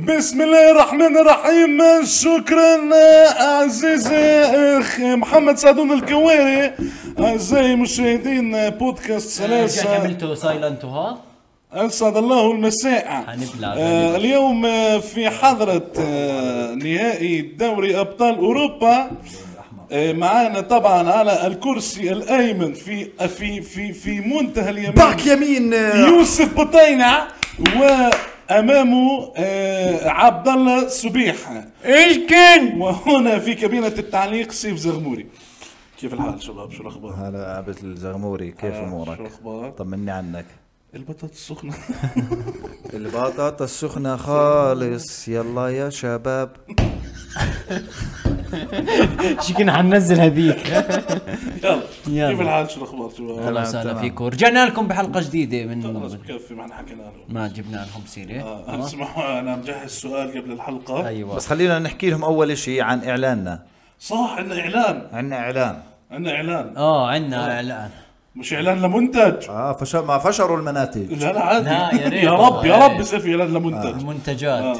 بسم الله الرحمن الرحيم شكرا عزيزي اخ محمد سعدون الكواري اعزائي مشاهدين بودكاست رجعت سلاسه عملته سايلنت وهذا اسعد الله المساء هنبلع آه، اليوم آه، في حضرة آه، نهائي دوري أبطال أوروبا آه، معانا طبعا على الكرسي الأيمن في في في في منتهى اليمين باك يمين يوسف بطينع وأمامه آه، عبد الله سبيح ايش كان؟ وهنا في كابينة التعليق سيف زغموري كيف الحال شباب شو الأخبار؟ هلا عبد الزغموري كيف شو امورك؟ الأخبار؟ طمني عنك البطاطس السخنة البطاطا السخنة خالص يلا يا شباب شكون حننزل هذيك يلا يلا. كيف الحال شو الأخبار شباب؟ اهلا تمام، وسهلا تمام. فيكم رجعنا لكم بحلقه جديده خلاص من بكفي ما حكينا له ما جبنا لهم سيره آه، اسمحوا انا مجهز سؤال قبل الحلقه ايوه بس خلينا نحكي لهم اول شيء عن اعلاننا صح عندنا اعلان عندنا اعلان عندنا اعلان اه عندنا اعلان مش اعلان لمنتج اه فش... ما فشروا المناتج لا لا عادي لا، يا ريت أه. يا رب يا والله. رب يصير في اعلان لمنتج منتجات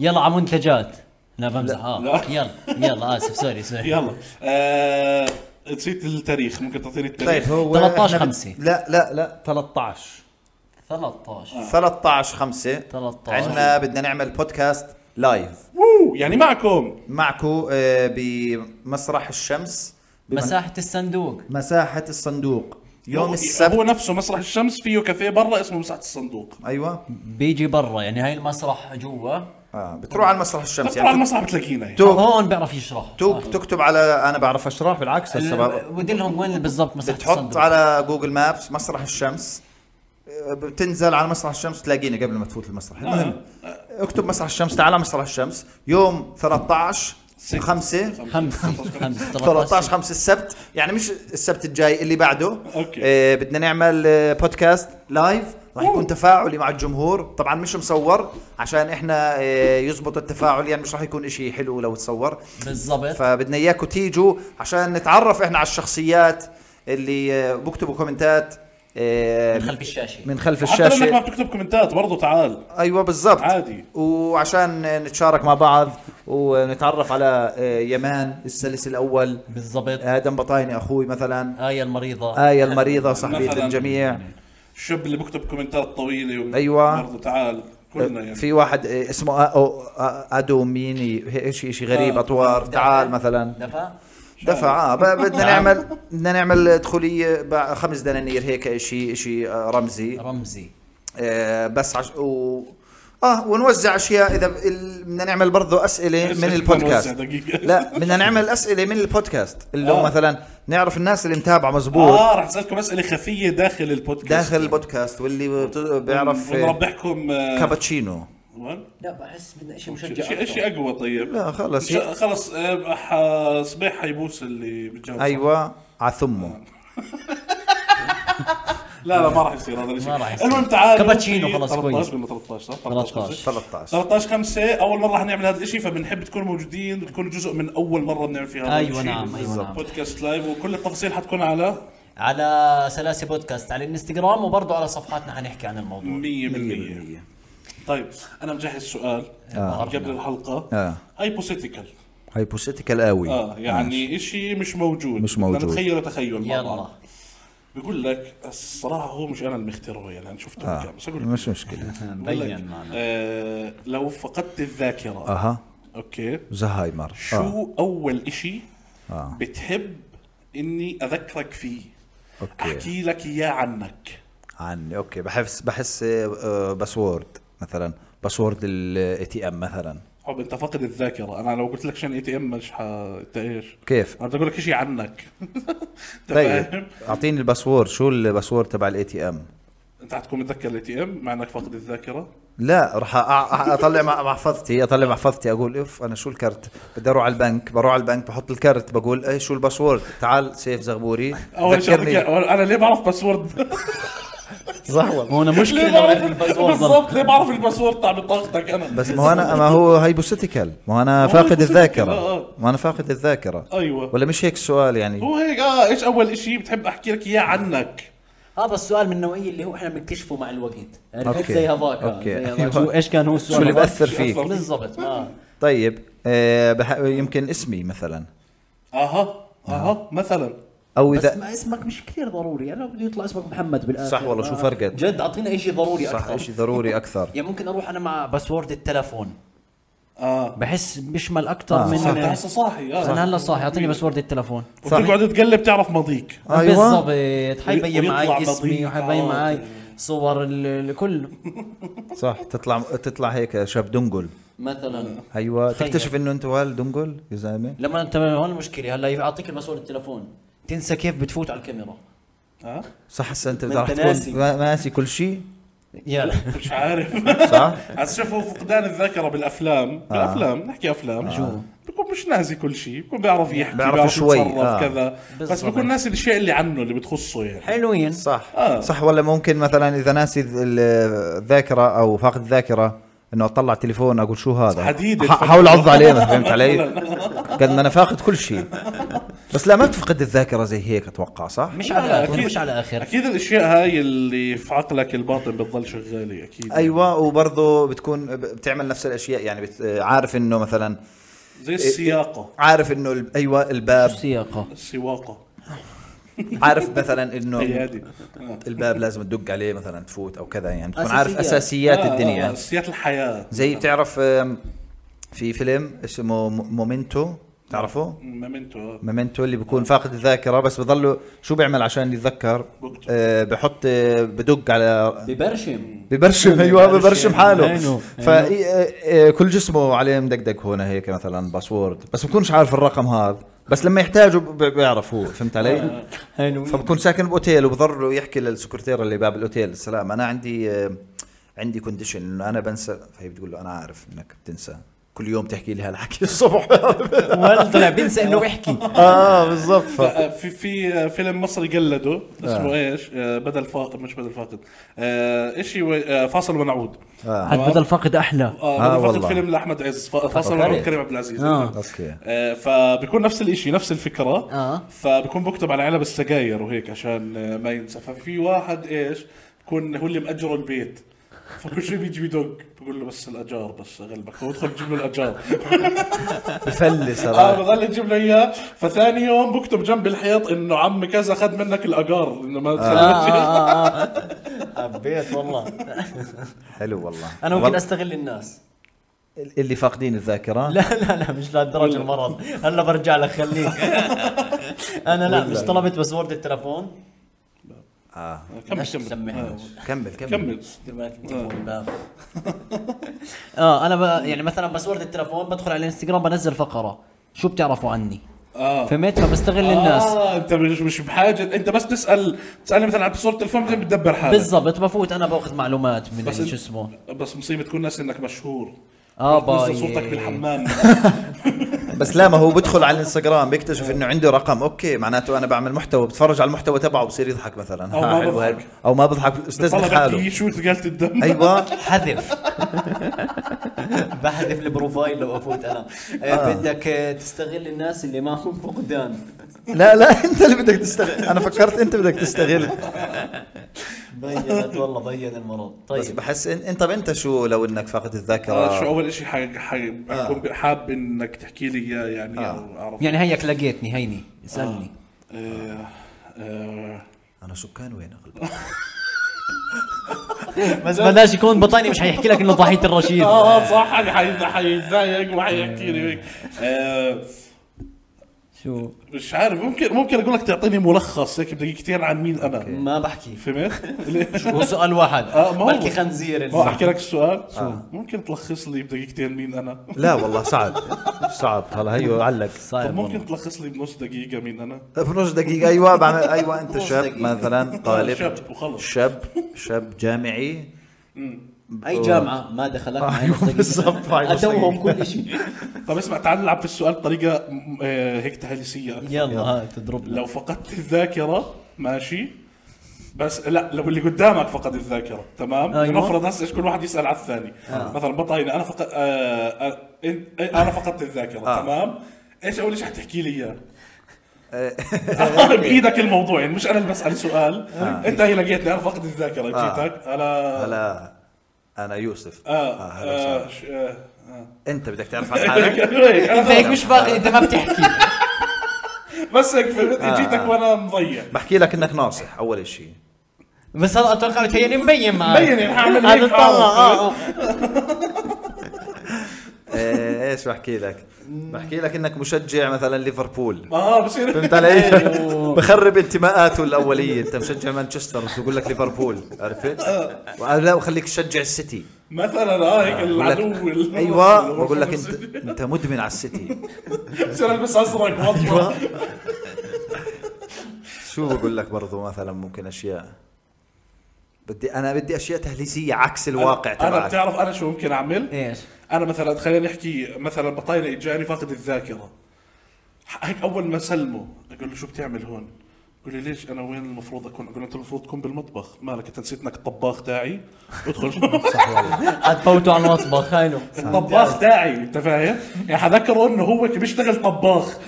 يلا على منتجات لا بمزح اه لا. يلا يلا اسف سوري سوري يلا آه، نسيت التاريخ ممكن تعطيني طيب التاريخ هو 13 إحنا بن- خمسة. لا لا لا 13 13 13 5 13. عندنا بدنا نعمل بودكاست لايف وو، يعني معكم معكم آه، بمسرح الشمس مساحه الصندوق مساحة الصندوق يوم هو- السبت هو نفسه مسرح الشمس فيه كافيه برا اسمه مساحه الصندوق ايوه بيجي برا يعني هاي المسرح جوا آه، اه بتروح على المسرح الشمس طبعا يعني المسرح بتلاقينا يعني. تو- هون بيعرف يشرح آه. توك تكتب على انا بعرف اشرح بالعكس الشباب ودلهم وين بالضبط مساحه بتحط الصندوق على جوجل مابس مسرح الشمس آه، بتنزل على مسرح الشمس تلاقيني قبل ما تفوت المسرح آه. المهم اكتب مسرح الشمس تعال على مسرح الشمس يوم 13 ست. 5 خمسة خمسة 13 5 السبت يعني مش السبت الجاي اللي بعده أوكي. آه بدنا نعمل آه، بودكاست لايف راح يكون تفاعلي مع الجمهور طبعا مش مصور عشان احنا آه، يزبط التفاعل يعني مش راح يكون اشي حلو لو تصور بالضبط فبدنا اياكم تيجوا عشان نتعرف احنا على الشخصيات اللي آه، بكتبوا كومنتات آه، من خلف الشاشه من خلف حتى لو انك ما الشاشه بتكتب كومنتات برضه تعال ايوه بالضبط عادي. وعشان آه، نتشارك مع بعض ونتعرف على آه، يمان السلس الاول بالضبط ادم بطايني اخوي مثلا آية المريضة آية المريضة صاحبية مثلاً. الجميع الشاب اللي بيكتب كومنتات طويله أيوة. برضه تعال كلنا يعني في واحد آه، اسمه آ- أو- آ- ادو ميني هي- شيء شيء آه. غريب اطوار تعال مثلا دفع دفع اه ب- بدنا نعمل بدنا نعمل دخوليه بع- خمس دنانير هيك شيء شيء رمزي رمزي آه، بس عش... و... اه ونوزع اشياء اذا ال- بدنا نعمل برضه اسئله بس من بدنا نوزع البودكاست دقيقة. لا بدنا نعمل اسئله من البودكاست اللي آه. هو مثلا نعرف الناس اللي متابعه مزبوط اه رح اسالكم اسئله خفيه داخل البودكاست داخل البودكاست واللي بت- بيعرف آه، ونربحكم آه، كابتشينو وين؟ لا بحس بدنا شيء مشجع شيء شيء اقوى طيب لا خلص شيء- خلص آه، ح- صبيح حيبوس اللي بتجاوب صح. ايوه عثمه لا لا ما راح يصير هذا ما راح الشيء يصير. المهم تعال كابتشينو خلاص 13 كويس. ولا 13 صح 13. 13 13 5 اول مره راح نعمل هذا الشيء فبنحب تكونوا موجودين وتكونوا جزء من اول مره بنعمل فيها هذا أيوة الشيء. نعم، أيوة نعم. بودكاست لايف وكل التفاصيل حتكون على على سلاسي بودكاست على الانستغرام وبرضه على صفحاتنا حنحكي عن الموضوع 100% طيب انا مجهز سؤال قبل الحلقه آه. هايبوثيتيكال هايبوثيتيكال قوي اه يعني شيء مش موجود مش بدنا موجود. نتخيله تخيل مع بعض. يلا بقول لك الصراحه هو مش انا اللي مختاره يعني انا شفته آه. بس اقول لك مش مشكله بقول لك، مبين معنا آه لو فقدت الذاكره آه. اها اوكي زهايمر شو آه. آه. اول إشي آه. بتحب اني اذكرك فيه اوكي احكي لك اياه عنك عني اوكي بحس بحس آه، آه، باسورد مثلا باسورد الاي تي ام مثلا حب انت فاقد الذاكره انا لو قلت لك شن اي تي ام مش ح انت ايش كيف انا بدي اقول لك شيء عنك انت طيب فاهم اعطيني الباسورد شو الباسورد تبع الاي تي ام انت حتكون متذكر الاي تي ام مع انك فاقد الذاكره لا راح أع- أع- اطلع مع- محفظتي اطلع محفظتي اقول اوف انا شو الكرت بدي اروح على البنك بروح على البنك بحط الكرت بقول ايه شو الباسورد تعال سيف زغبوري اول شيء أعطيك ذكرني إياه. انا ليه بعرف باسورد صح والله هو انا مشكلة ليه لو بعرف عرف الباسورد الباسورد بالضبط ليه بعرف الباسورد تاع بطاقتك انا بس ما هو انا ما هو هايبوثيتيكال ما هو انا هو فاقد hypothetical، الذاكره آه. ما انا فاقد الذاكره ايوه ولا مش هيك السؤال يعني آه، هو هيك اه ايش اول اشي بتحب احكي لك اياه عنك هذا السؤال من النوعيه اللي هو احنا بنكتشفه مع الوقت عرفت أوكي. زي هذاك أوكي. أيوة. زي هذاك. شو ايش كان هو السؤال شو اللي هذا؟ بأثر فيك؟ بالضبط اه طيب آه بح... يمكن اسمي مثلا اها آه. اها مثلا او بس اذا ما اسمك مش كثير ضروري انا بده يطلع اسمك محمد بالاخر صح والله، ما- شو فرقت؟ جد اعطينا شيء ضروري صح اكثر شيء ضروري اكثر يعني ممكن اروح انا مع باسورد التلفون اه بحس بيشمل اكثر آه، من صح أنت هسه صاحي انا اه هلا صاحي اعطيني باسورد التلفون صح. وتقعد تقلب تعرف ماضيك ايوه بالضبط حيبين ويطلع معي نظيف. اسمي وحيبين آه. معي صور ال- ال- كله صح تطلع تطلع هيك شاب دنقل مثلا ايوه تخيل. تكتشف انه انت والد دنقل يا زلمه لما انت هون المشكله هلا يعطيك المسؤول التلفون تنسى كيف بتفوت على الكاميرا اه صح هسه انت ما راح أنت ناسي. تكون ما- ناسي كل شيء يلا مش عارف صح شوفوا فقدان الذاكره بالافلام آه. بالافلام نحكي افلام شو بيكون مش ناسي كل شيء بيكون بيعرف يحكي بيعرف بيعرف, شوي، يتصرف آه. كذا بس بالضبط. بيكون ناسي الاشياء اللي عنه اللي بتخصه يعني حلوين صح آه. صح ولا ممكن مثلا اذا ناسي ذ- ال- الذاكره او فاقد الذاكره انه اطلع تليفون اقول شو هذا حديد أح- احاول اعض عليه ما فهمت علي قد ما انا فاقد كل شيء بس لا ما بتفقد الذاكره زي هيك اتوقع صح مش لا، على لا، اخر أكيد. مش على اخر اكيد الاشياء هاي اللي في عقلك الباطن بتضل شغاله اكيد ايوه وبرضه بتكون ب- بتعمل نفس الاشياء يعني بت... عارف انه مثلا زي السياقه عارف انه ال- ايوه الباب سياقه السواقه عارف مثلا انه ايادي آه. الباب لازم تدق عليه مثلا تفوت او كذا يعني تكون أساسيات. عارف اساسيات آه، آه، آه، الدنيا اساسيات الحياه زي بتعرف آم، في فيلم اسمه م- مومنتو تعرفه؟ مامنتو آه. مومنتو اللي بيكون فاقد الذاكره بس بضله شو بيعمل عشان يتذكر؟ بكتب. آه، بحط آه، بدق على ببرشم ببرشم ايوه ببرشم حاله عينه، فكل آه، جسمه عليه مدقدق هنا هيك مثلا باسورد بس بكونش عارف الرقم هذا بس لما يحتاجه ب- بيعرف هو فهمت آه. علي؟ حلوين فبكون ساكن باوتيل وبضر له يحكي للسكرتيره اللي باب الاوتيل السلام انا عندي آه، عندي كونديشن انه انا بنسى فهي بتقول له انا عارف انك بتنسى كل يوم تحكي لي هالحكي الصبح والله طلع بينسى انه بيحكي اه بالضبط ف- آه، في في فيلم مصري قلده اسمه ايش؟ آه، بدل فاقد مش بدل فاقد آه، اشي و- آه، فاصل ونعود آه. تمام؟ بدل فقد احلى آه آه، بدل فاقد والله. فيلم لاحمد عز ف- فاصل ونعود كريم عبد العزيز آه. اوكي آه، فبيكون نفس الاشي نفس الفكره آه. فبيكون بكتب على علب السجاير وهيك عشان آه، ما ينسى ففي واحد ايش بيكون هو اللي مأجره البيت فكل شوي بيجي بيدق بقول له بس الاجار بس اغلبك هو ادخل جيب له الاجار بفلس اه هذا. بضل يجيب له اياه فثاني يوم بكتب جنب الحيط انه عم كذا اخذ منك الاجار انه ما تخليش. حبيت والله حلو والله انا ممكن والله استغل الناس اللي فاقدين الذاكره لا لا لا مش لهالدرجه المرض هلا برجع لك خليك انا لا مش طلبت باسورد التلفون آه. كمل ليش تسمعني؟ كمل كمل كمل, كمل دير بالك التليفون لا. اه انا ب... يعني مثلا باسورد التلفون بدخل على الانستغرام بنزل فقره شو بتعرفوا عني اه فهمت فبستغل الناس اه انت مش مش بحاجه انت بس تسال تسالني مثلا عن صوره التلفون بعدين بتدبر حالك بالضبط بفوت انا باخذ معلومات من بس شو اسمه بس مصيبه تكون ناس انك مشهور آه، باي باي. صورتك بالحمام بس لا ما هو بدخل على الانستغرام بيكتشف انه عنده رقم اوكي معناته انا بعمل محتوى بتفرج على المحتوى تبعه وبصير يضحك مثلا أو ما ها، حلو بضحك. هيك. او ما بضحك استاذ طلع حاله بدي شو ثقلت الدم ايوه حذف بحذف البروفايل لو افوت انا آه. بدك آه، تستغل الناس اللي ما هم فقدان لا لا انت اللي بدك تستغل انا فكرت انت بدك تستغل بينت والله بين المرض بس طيب بحس إن- انت طب انت شو لو انك فاقد آه، شو الذاكره اول شيء حق حق- حكون حاب انك تحكي لي اياه يعني أو اعرف يعني هيك لقيتني هيني اسالني آه، آه، انا سكان وين اغلب بس آه. بلاش يكون بطاني مش حيحكي لك انه ضحيه الرشيد اه اه صح انا حي- حيتضايق وحيحكي لي هيك آه، شو مش عارف ممكن ممكن اقول لك تعطيني ملخص هيك بدقيقتين عن مين انا ما بحكي فهمت؟ هو سؤال واحد آه، ما هو. بلكي خنزير ما اللي احكي لك السؤال ممكن تلخص لي بدقيقتين مين انا؟ لا والله صعب صعب هلا هيو علق طب صاير ممكن تلخص لي بنص دقيقة مين انا؟ بنص دقيقة ايوه بعمل ايوه انت شاب دقيقة. مثلا طالب شاب وخلص. شاب شاب جامعي اي جامعه ما دخلت معي أيوه، أيوة، بالضبط، معي نص ادوهم كل شيء طب اسمع تعال نلعب في السؤال بطريقة م- آه، هيك تهليسية أكثر. يلا هاي تضربنا لو فقدت الذاكرة ماشي بس لا لو اللي قدامك فقد الذاكرة تمام أيوة. أيوة. نفرض هسه إيش كل واحد يسأل على الثاني آه. مثلا بطاينة أنا فقد آه آه إن- آه، أنا فقدت الذاكرة آه. آه. تمام ايش اول شيء حتحكي لي اياه؟ انا بايدك الموضوع يعني مش انا اللي بسال سؤال انت هي لقيتني انا فقد الذاكره جيتك هلا هلا انا يوسف آه، هلا آه، وسهلا. ش- إيه، آه، انت بدك تعرف عن حالك انت هيك مش باقي انت ما بتحكي بس هيك فهمت آه، جيتك آه. وانا مضيع بحكي لك انك ناصح اول شيء بس هلا اتوقع بتهيألي مبين معك مبين، يعني حاعمل هيك هذا طلع اه آه. إيه، ايش بحكي لك بحكي لك انك مشجع مثلا ليفربول اه بصير فهمت علي؟ أيوه. بخرب انتماءاته الاوليه انت مشجع مانشستر بس بقول لك ليفربول عرفت؟ وأنا لا وخليك تشجع السيتي مثلا اه هيك بقول آه، لك- العدو ال- ايوه ال- بقول لك انت انت مدمن على السيتي بصير البس ازرق أيوة، وأطلع. شو بقول لك برضو مثلا ممكن اشياء بدي انا بدي اشياء تهليسيه عكس الواقع انا تبعك إيه. بتعرف انا شو ممكن اعمل؟ ايش انا مثلا خلينا نحكي مثلا بطاينه اجاني فاقد الذاكره ح- هيك اول ما سلمه اقول له شو بتعمل هون؟ يقول لي ليش انا وين المفروض اكون؟ اقول له انت المفروض تكون بالمطبخ، مالك انت نسيت انك الطباخ تاعي؟ ادخل حتفوتوا على المطبخ هاي له الطباخ تاعي انت فاهم؟ يعني حذكره انه هو بيشتغل طباخ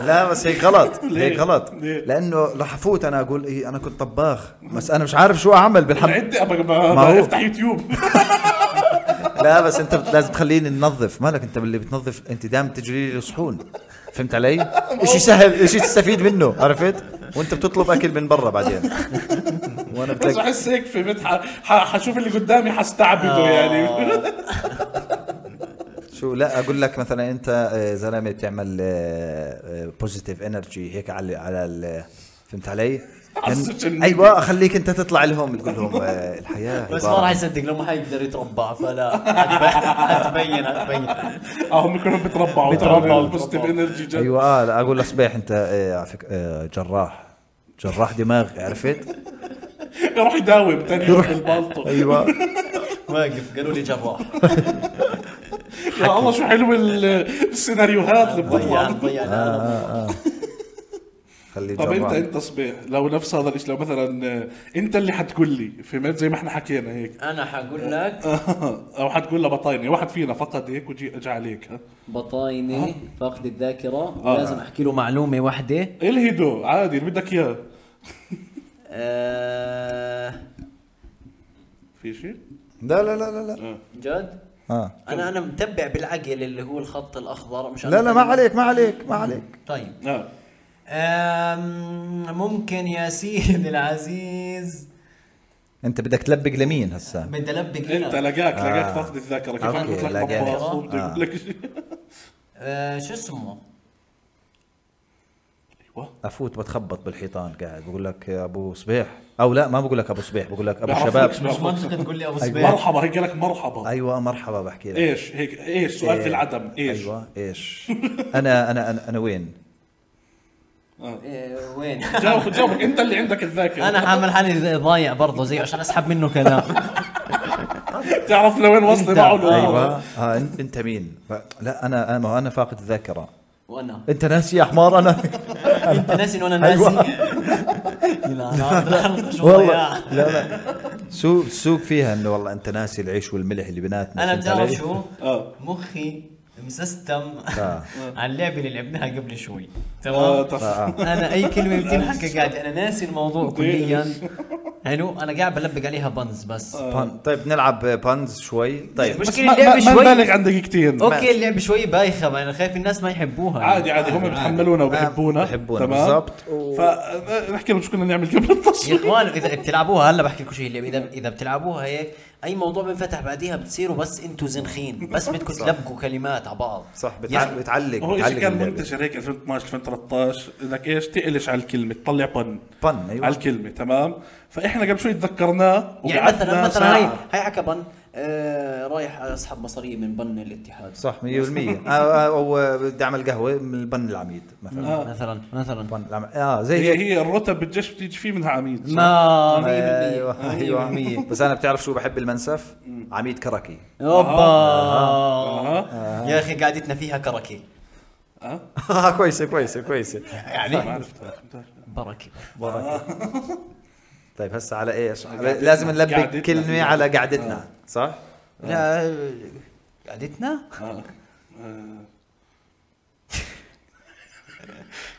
لا بس هيك غلط ليه؟ هيك غلط ليه؟ لانه رح افوت انا اقول إيه انا كنت طباخ بس انا مش عارف شو اعمل بالحمام عندي ابغى ب- ما هو. افتح يوتيوب لا بس انت بت- لازم تخليني ننظف مالك انت اللي بتنظف انت دائما تجري لي الصحون فهمت علي؟ اشي سهل اشي تستفيد منه عرفت؟ وانت بتطلب اكل من برا بعدين وانا بس بتلاقي احس هيك في بيت ح- ح- حشوف اللي قدامي حستعبده آه. يعني شو لا اقول لك مثلا انت آه، زلمه بتعمل آه، بوزيتيف انرجي هيك على على ال- فهمت علي؟ على السوشيال ميديا. ايوه اخليك انت تطلع لهم تقول لهم آه، الحياه بس ما عبارة راح عن- يصدق لو ما حيقدر يتربع فلا هتبين هتبين اه هم كلهم بيتربعوا بيتربعوا، البوزيتيف بيتربعوا. انرجي يعني جد ايوه آه، لا اقول لصبيح انت آه، على فك- آه، جراح جراح دماغ عرفت؟ يروح يداوم تاني يوم بالبالطو ايوه واقف قالوا لي جراح يا الله شو حلو ال- السيناريوهات اللي ضيع بتطلع ضيع آه، خليه طب انت جراح. انت صبيح لو نفس هذا الشيء لو مثلا آه، انت اللي حتقول لي فهمت زي ما احنا حكينا هيك انا حقول لك او حتقول لبطايني واحد فينا فقد هيك وجي اجى عليك ها بطايني فاقد الذاكره آه. لازم احكي له معلومه واحده الهدو عادي اللي بدك اياه آه، في شيء؟ لا لا لا لا لا جد آه. انا انا متبع بالعقل اللي هو الخط الاخضر مش لا لا ما عليك ما عليك ما عليك طيب اه آم، ممكن يا سيدي العزيز انت بدك تلبق لمين هسا بدي البق انت هنا لقاك لقاك فاقد الذاكره كيف آه. أوكي، انا قلت لك لقاك. طباخ وبدي آه. اقول لك شيء آه، شو اسمه ايوه افوت بتخبط بالحيطان قاعد بقول لك يا ابو صبيح او لا ما بقول لك ابو صبيح بقول لك ابو بعرفك شباب شو- مش منطقي تقول لي ابو أيوة. صبيح مرحبا هيك لك مرحبا ايوه مرحبا بحكي لك ايش هيك ايش إيه، إيه. سؤال في العدم ايش ايوه ايش انا انا انا, أنا وين آه، وين جاوب جاوبك انت اللي عندك الذاكره انا حامل حالي زي- ضايع برضه زيه عشان اسحب منه كلام تعرف لوين وصل أنت- معه الامور ايوه آه أن- انت مين ف- لا انا انا ما هو انا فاقد الذاكره وانا انت ناسي يا حمار انا انت ناسي انه انا ناسي أيوة. يلعن عبد الخلق، شو ضياع. والله لا لا سوق سوق فيها انه والله انت ناسي العيش والملح اللي بيناتنا انا فهمت بتعرف علي؟ شو آه. مخي مسستم آه. على اللعبه اللي لعبناها قبل شوي آه، تمام طف- انا اي كلمه بتنحكى قاعد انا ناسي الموضوع كليا حلو انا قاعد بلبق عليها بنز بس آه. بان- طيب نلعب بانز شوي طيب بس المشكله ما- ما اللعبه ما نبالغ شوي عن دقيقتين اوكي اللعبه شوي بايخه ما انا خايف الناس ما يحبوها عادي عادي هم بيتحملونا وبيحبونا بحبونا تمام؟ بالضبط فنحكي لهم شو كنا نعمل قبل يا التصوير اخوان اذا بتلعبوها هلا بحكي لكم شيء اللعبة، اذا اذا بتلعبوها هيك اي موضوع بنفتح بعديها بتصيروا بس انتوا زنخين بس بدكم تلبقوا كلمات على بعض صح بتع- يعني بتعلق هو شيء بتعلق كان اللعبة. منتشر هيك 2012 2013 انك ايش تقلش على الكلمه تطلع بن بن، أيوة. على الكلمه تمام فاحنا قبل شوي تذكرناه يعني مثلا وقعدنا مثلا هي ساعة. هي حكى بن آه رايح اسحب مصاريه من بن الاتحاد صح 100% آه، او آه، بدي اعمل قهوه من البن العميد مثلا مثلا مثلا بن العميد اه زي آه. هي هيك هي الرتب بالجيش بتيجي فيه منها عميد صح؟ ما 100% ايوه ايوه بس انا بتعرف شو بحب المنسف عميد كركي اوبا اه يا اخي قعدتنا فيها كركي آه. كويسه كويسه كويسه ما يعني عرفتها بركه بركة. طيب هسه على ايش على- لازم نلبق قعدتنا. كلمه على قعدتنا آه. صح لا طيب. آه. آه. قعدتنا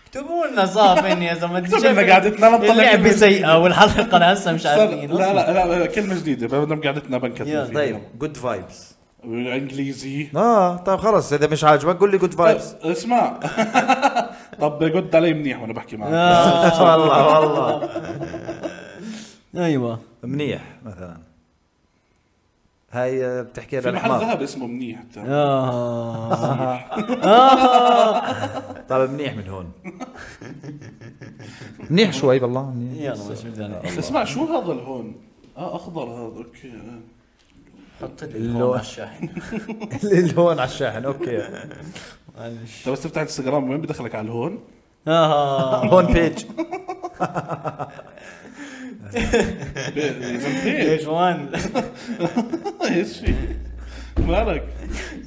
اكتبوا لنا صافين يا زلمه اكتب لنا قعدتنا، لا نطلع اللعبه كلمة. سيئه والحلقه لسه مش لا عارفين لا لا لا، كلمه جديده بدنا قعدتنا يلا، بنكتب فيها. طيب جود فايبس انجليزي اه طيب خلص اذا مش عاجبك قول لي جود فايبس طيب، اسمع طب قد علي منيح وانا بحكي معك آه، والله والله ايوه منيح مثلا هاي آه، بتحكي في محل للحمار ذهب اسمه منيح ترى. آه. طيب منيح من هون منيح شوي بالله منيح يلا ماشي بدنا اسمع شو هذا الهون اه اخضر هذا اوكي آه. حط لي اللون. اللون على الشاحن اللي هون على الشاحن اوكي انت بس تفتح انستغرام وين بدخلك على الهون آه. هون بيج ب- لازم يا هيك. جوان ايش في؟ مالك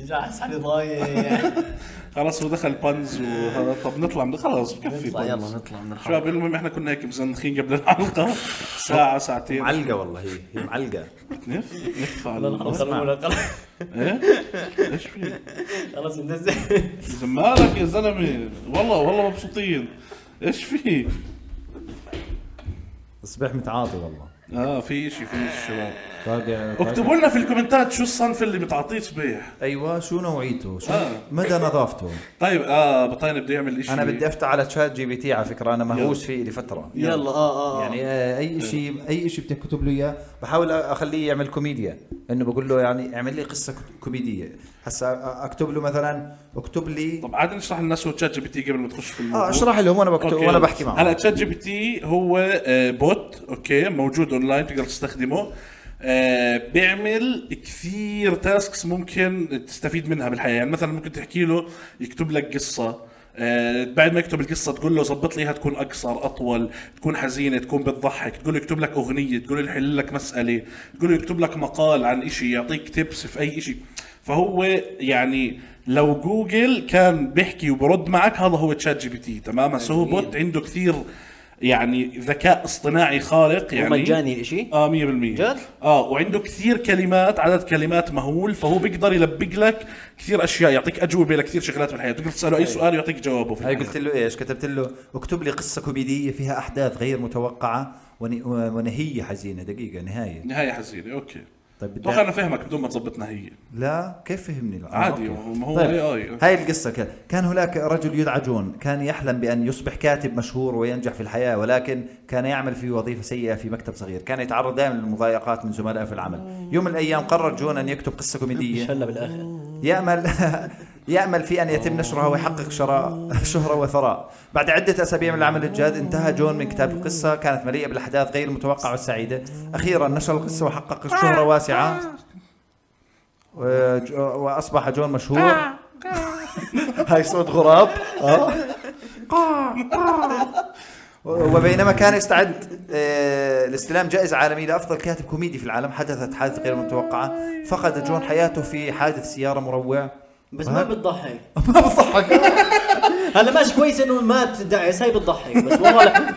جاع حالي ضايع خلاص هو دخل بنز وهذا طب نطلع من خلاص بكفي نطلع يلا بنز نطلع من الحلقه شباب المهم احنا كنا هيك مزنخين قبل الحلقه ساعه ساعتين معلقه والله هي هي معلقه نف نف على الحلقه الأرض. الاولى خلاص ايه ايش في خلاص ندزل إذا مالك يا زلمه والله والله مبسوطين ايش في اصبح متعاطي والله اه في شيء في شيء شباب طاقة اكتبوا لنا في الكومنتات شو الصنف اللي بتعطيه صبيح ايوه شو نوعيته؟ شو آه. مدى نظافته؟ طيب اه بطاينه بده يعمل شيء انا بدي افتح على تشات جي بي تي على فكره انا مهووس فيه لفتره يلا اه اه يعني آه، إيه. اي شيء اي شيء بتكتب له اياه بحاول اخليه يعمل كوميديا انه بقول له يعني اعمل لي قصه كوميديه هسا أ- اكتب له مثلا اكتب لي طب عاد نشرح للناس هو تشات جي بي تي قبل ما تخش في الموضوع اه اشرح لهم وانا بكتب أوكي. وانا بحكي معه هلا تشات جي بي تي هو آه، بوت اوكي موجود اونلاين تقدر تستخدمه آه، بيعمل كثير تاسكس ممكن تستفيد منها بالحياه يعني مثلا ممكن تحكي له يكتب لك قصه آه، بعد ما يكتب القصه تقول له ظبط لي اياها تكون اقصر اطول تكون حزينه تكون بتضحك تقول له يكتب لك اغنيه تقول له يحل لك مساله تقول له يكتب لك مقال عن شيء يعطيك تبس في اي شيء فهو يعني لو جوجل كان بيحكي وبرد معك هذا هو تشات جي بي تي تمام هسه هو بوت عنده كثير يعني ذكاء اصطناعي خارق يعني ومجاني الشيء؟ اه 100% جد؟ جد؟ اه وعنده كثير كلمات عدد كلمات مهول فهو بيقدر يلبق لك كثير اشياء يعطيك اجوبه لكثير شغلات بالحياه تقدر تساله اي سؤال ويعطيك جوابه في هاي الحياة. قلت له ايش؟ كتبت له اكتب لي قصه كوميديه فيها احداث غير متوقعه ون- ونهيه حزينه دقيقه نهايه نهايه حزينه اوكي طيب بدي- اتوقع انا فاهمك بدون ما تظبطنا هي لا كيف فهمني لا، أنا عادي أوكي. ما هو طيب. AI. هاي القصة كان كان هناك رجل يدعى جون كان يحلم بأن يصبح كاتب مشهور وينجح في الحياة ولكن كان يعمل في وظيفة سيئة في مكتب صغير كان يتعرض دائما للمضايقات من زملائه في العمل يوم من الأيام قرر جون أن يكتب قصة كوميدية هلا بالاخر يأمل يأمل في أن يتم نشرها ويحقق شراء شهرة وثراء بعد عدة أسابيع من العمل الجاد انتهى جون من كتاب القصة كانت مليئة بالأحداث غير المتوقعة والسعيدة أخيرا نشر القصة وحقق شهرة واسعة وج- وأصبح جون مشهور هاي صوت غراب آه. وبينما كان يستعد آه، لاستلام جائزة عالمية لأفضل كاتب كوميدي في العالم حدثت حادثة غير متوقعة فقد جون حياته في حادث سيارة مروع بس ما بتضحك ما بضحك هلا ماشي كويس انه مات داعس هاي بتضحك بس والله لا.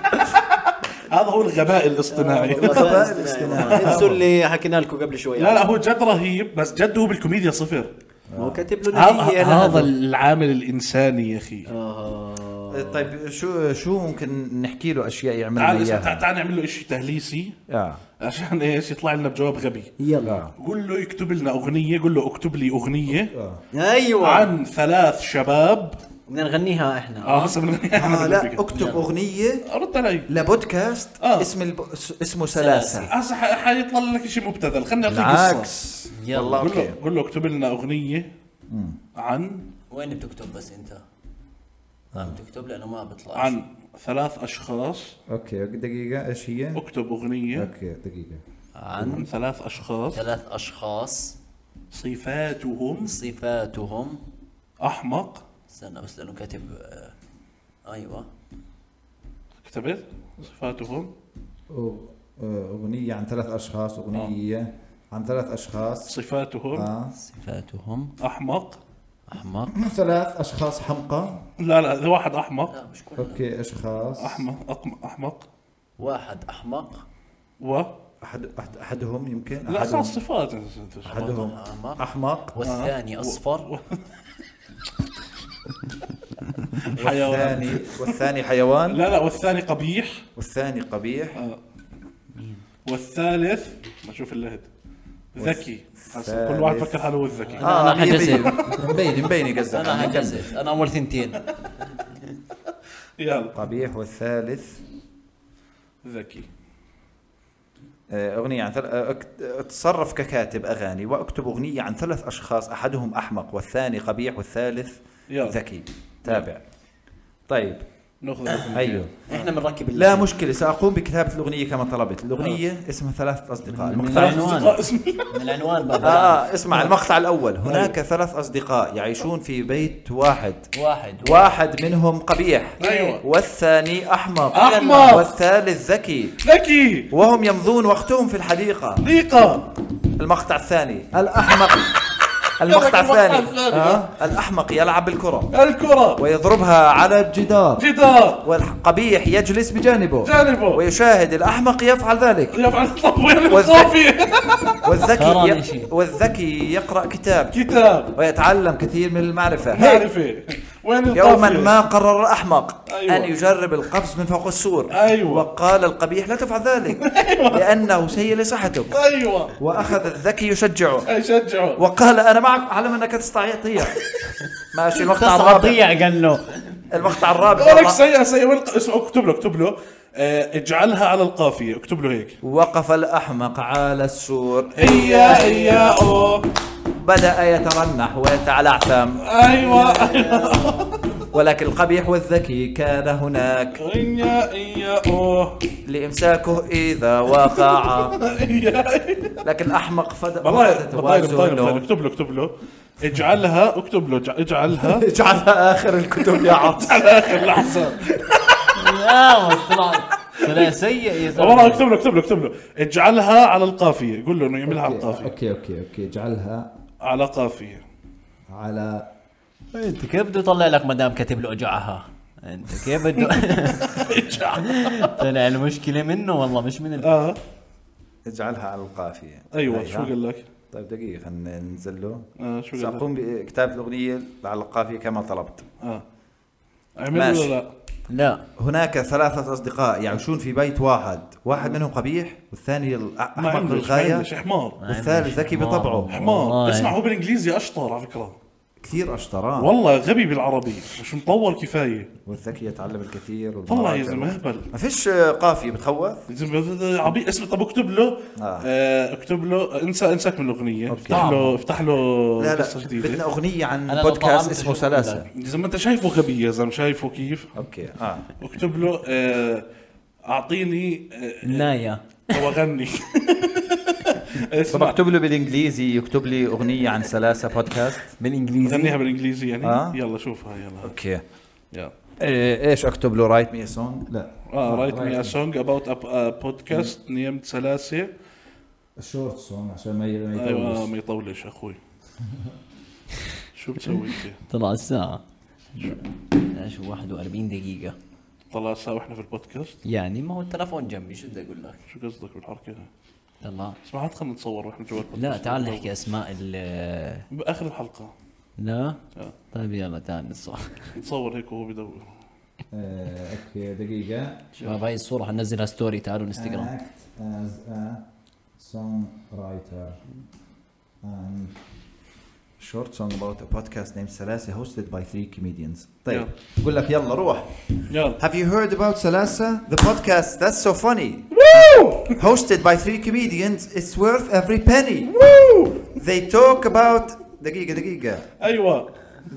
هذا هو الغباء آه، الاصطناعي الغباء الاصطناعي. انسوا اللي حكينا لكم قبل شوي لا لا هو جد رهيب بس جد هو بالكوميديا صفر ما هو كاتب له هذا نهاية أنا هذا العامل الانساني يا اخي طيب شو شو ممكن نحكي له اشياء يعمل تعال لي اسمع، اياها تعال تعال نعمل له شيء تهليسي آه. عشان ايش يطلع لنا بجواب غبي يلا قول له يكتب لنا اغنيه قول له اكتب لي اغنيه ايوه عن ثلاث شباب بدنا نغنيها احنا اه هسه بدنا آه نعمل لا بيك. اكتب اغنيه رد علي لبودكاست آه. اسم الب... اسمه سلاسه هسه ح- حيطلع لك شيء مبتذل خلينا نعطيك قصه العكس يلا. والله قول اوكي له قول له اكتب لنا اغنيه عن وين بتكتب بس انت؟ ما بتكتب لانه ما بطلع عن ثلاث اشخاص اوكي دقيقه ايش هي اكتب اغنيه اوكي دقيقه عن عن ثلاث اشخاص ثلاث اشخاص صفاتهم صفاتهم احمق استنى بس لانه كاتب آه، ايوه كتبت صفاتهم أو- آه، اغنيه عن ثلاث آه. اشخاص اغنيه عن ثلاث اشخاص صفاتهم آه. صفاتهم احمق احمق ثلاث اشخاص حمقى لا لا هذا واحد احمق لا مش كلنا اوكي اشخاص احمق أقم- احمق واحد احمق آه. و احد أحد- احدهم يمكن لا احدهم خلاص صفات احدهم أحمق. احمق والثاني اصفر حيوان والثاني والثاني حيوان لا لا والثاني قبيح والثاني قبيح آه. والثالث بشوف اللهد ذكي حسن. كل واحد فكر حاله هو الذكي أنا- أنا مية حجزت. مية. مبيني مبيني قصدك انا يعني كمل. حجزت انا اول ثنتين يلا قبيح والثالث ذكي آه، أغنية عن ثل... آه، أكت- آه، أتصرف ككاتب أغاني وأكتب أغنية عن ثلاث أشخاص أحدهم أحمق والثاني قبيح والثالث يلا. ذكي تابع طيب ناخذ الرقم. أيوه احنا بنركب لا مشكلة سأقوم بكتابة الأغنية كما طلبت الأغنية اسمها ثلاثة أصدقاء المقطع العنوان. أصدقاء اسمي من العنوان آه, بقى آه أيوه. اسمع المقطع الأول هناك ثلاث أصدقاء يعيشون في بيت واحد واحد واحد منهم قبيح أيوه والثاني أحمق أحمق. والثالث ذكي ذكي وهم يمضون وقتهم في الحديقة دقيقة المقطع الثاني الأحمق المقطع المقطع الثاني الثاني. آه، الأحمق يلعب بالكرة الكرة ويضربها على الجدار جدار والقبيح يجلس بجانبه جانبه ويشاهد الأحمق يفعل ذلك يفعل طب وين والذكي. الصافي والذكي ترى ي... ماشي. والذكي يقرأ كتاب كتاب ويتعلم كثير من المعرفة هيك معرفة وين يوما الطافية؟ ما قرر الأحمق أيوة. أن يجرب القفز من فوق السور أيوة. وقال القبيح لا تفعل ذلك لأنه سيء لصحتك أيوة وأخذ الذكي يشجعه أشجعه وقال انا معك علم انك تستطيع ماشي المقطع الرابع تستطيع قال له المقطع الرابع أقولك والله. سيئة سيئة وين الق- اسمع، اكتب له اكتب له آه، اجعلها على القافية اكتب له هيك وقف الاحمق على السور إيه. هيا هيا أوه بدا يترنح ويتعلعثم أيوة ولكن القبيح والذكي كان هناك هيا هيا أوه لامساكه اذا وقع هيا لكن الاحمق فد والله فقد بطايق بطايق بطايق. توازنه. اكتب له اكتب له اجعلها اكتب له اجع- اجعلها اجعلها اخر الكتب يا عطس على اخر لحظه لا بس طلع طلع سيء يا والله اكتب زلمه له اكتب له اكتب له اجعلها على القافيه قول له انه يعملها على القافيه اوكي اوكي اوكي اجعلها على قافيه على انت كيف بده يطلع لك مدام كاتب له اجعها انت كيف بده طلع المشكله منه والله مش من ال... اه اجعلها على القافيه ايوه هيها. شو قال لك؟ طيب دقيقه خلينا ننزل له اه شو قال لك؟ ساقوم بكتابه الاغنيه على القافيه كما طلبت اه عمل ماشي. ولا لا؟ لا هناك ثلاثة أصدقاء يعيشون في بيت واحد واحد منهم قبيح والثاني ما الأحمق عندوش ما للغاية عندوش حمار والثالث ذكي بطبعه حمار والله. اسمع هو بالانجليزي اشطر على فكره كثير أشطران والله غبي بالعربي مش مطور كفايه والذكي يتعلم الكثير طلع يا والمراجع. زلمه اهبل ما فيش آه، قافية بتخوف يا زلمة عبي اسمع طب اكتب له آه. آه، اكتب له انسى انساك من الاغنيه أوكي. افتح له افتح له لا لا قصه بدنا جديده أغنية عن أنا لو بودكاست طعمت اسمه شو بقول سلاسة لك؟ يا زلمه انت شايفه غبي يا زلمه شايفه كيف أوكي آه اكتب له آه، اعطيني آه، نايا او اغني طب اسمع اكتب له بالإنجليزي يكتب لي أغنية عن سلاسة بودكاست بالانجليزي غنيها بالانجليزي يعني آه. يلا شوفها يلا أوكي يلا إيه، ايش اكتب له رايت مي سونج لا آه، اه رايت مي ا سونج اباوت ا بودكاست نيمت سلاسه الشورت سونج عشان ما ي- ما ايوه أيوة. يطولش ما يطولش اخوي شو بتسوي انت؟ طلع الساعه لا، شو 41 دقيقه طلع ساعه واحنا في البودكاست يعني ما هو التلفون جنبي شو بدي اقول لك شو قصدك بالحركه هاي؟ طلع اسمع هات خلينا نتصور واحنا جوا البودكاست لا تعال نحكي اسماء ال باخر الحلقه لا آه. طيب يلا تعال نصور نتصور هيك وهو بدور آه، اوكي دقيقة شباب هاي الصورة حننزلها ستوري تعالوا آه. انستغرام act as a songwriter and Um, short song about a podcast named Salasa hosted by three comedians. طيب Yeah. بقول لك يلا روح. يلا Have you heard about Salasa? The podcast that's so funny. Hosted by three comedians, it's worth every penny. They talk about دقيقة دقيقة. ايوه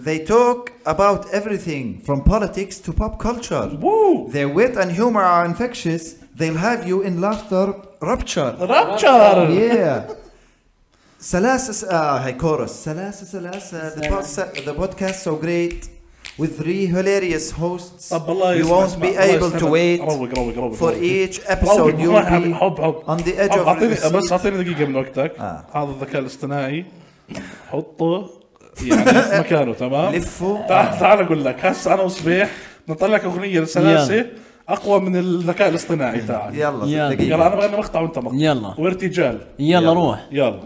They talk about everything from politics to pop culture. وو Their wit and humor are infectious. They'll have you in laughter rupture. رابتشر Yeah. Salasa, uh, hey chorus. Salasa, Salasa, the, pod- the podcast so great with three hilarious hosts. طب والله you يسمع- won't be اسمع، الله able to يسلمك. wait روق روق روق for روق. each روق episode. You'll والله حبيبي، be حب حب on the edge حب، of اعطيني your بس seat. اعطيني دقيقه من وقتك آه. هذا الذكاء الاصطناعي حطه يعني في مكانه تمام لفه. تعال تعال اقول لك هسه انا وصبيح نطلع لك اغنيه لسلاسه اقوى من الذكاء الاصطناعي تعال يلا يلا. يلا دقيقة انا بغني مقطع وانت مقطع يلا. وارتجال يلا روح يلا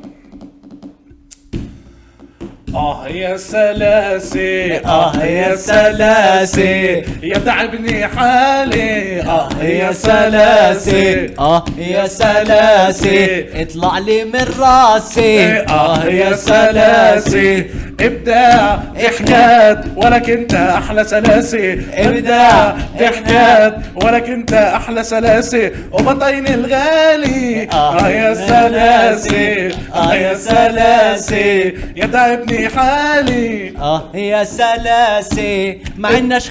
آه يا سلاسي آه يا سلاسي. يتعبني حالي آه يا سلاسي اه يا سلاسي اطلع لي من راسي آه يا سلاسي إبداع إحداد ولك أنت أحلى سلاسي إبداع إحداد ولك أنت أحلى سلاسي وبطين الغالي آه يا سلاسي آه يا سلاسي يتعبني حالي اه يا سلاسي ما عندناش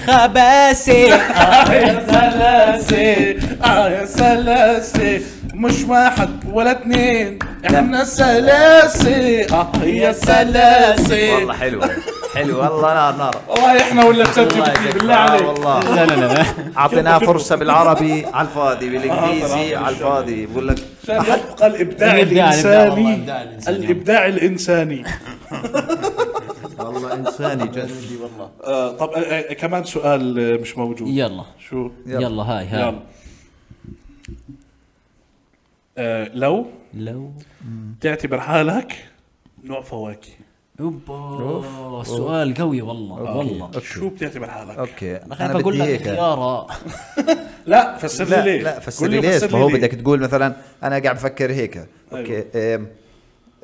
خباسي آه يا سلاسي آه يا سلاسي مش واحد ولا اتنين احنا سلاسي اه يا سلاسي والله حلو حلو والله نار نار والله احنا ولا شات جي بي والله تي يجزيك. بالله آه، عليك والله لا لا لا اعطيناه فرصه بالعربي على الفاضي بالانجليزي آه، طبعاً. على الفاضي بقول لك عشان يبقى الابداع الإبداع، الإبداع، والله الانساني الإبداع الإنساني. الابداع الانساني والله انساني جد والله آه، طب آه، آه، كمان سؤال آه، مش موجود يلا شو يلا هاي يلا هاي آه، لو لو تعتبر حالك نوع فواكه اوبا سؤال قوي والله والله شو بتعتبر حالك؟ اوكي انا خايف اقول لك خياره لا فسر لي لا ليه لا فسر قول لي ليش فسر ما هو ليه. بدك تقول مثلا انا قاعد بفكر هيك اوكي أيوة. أم،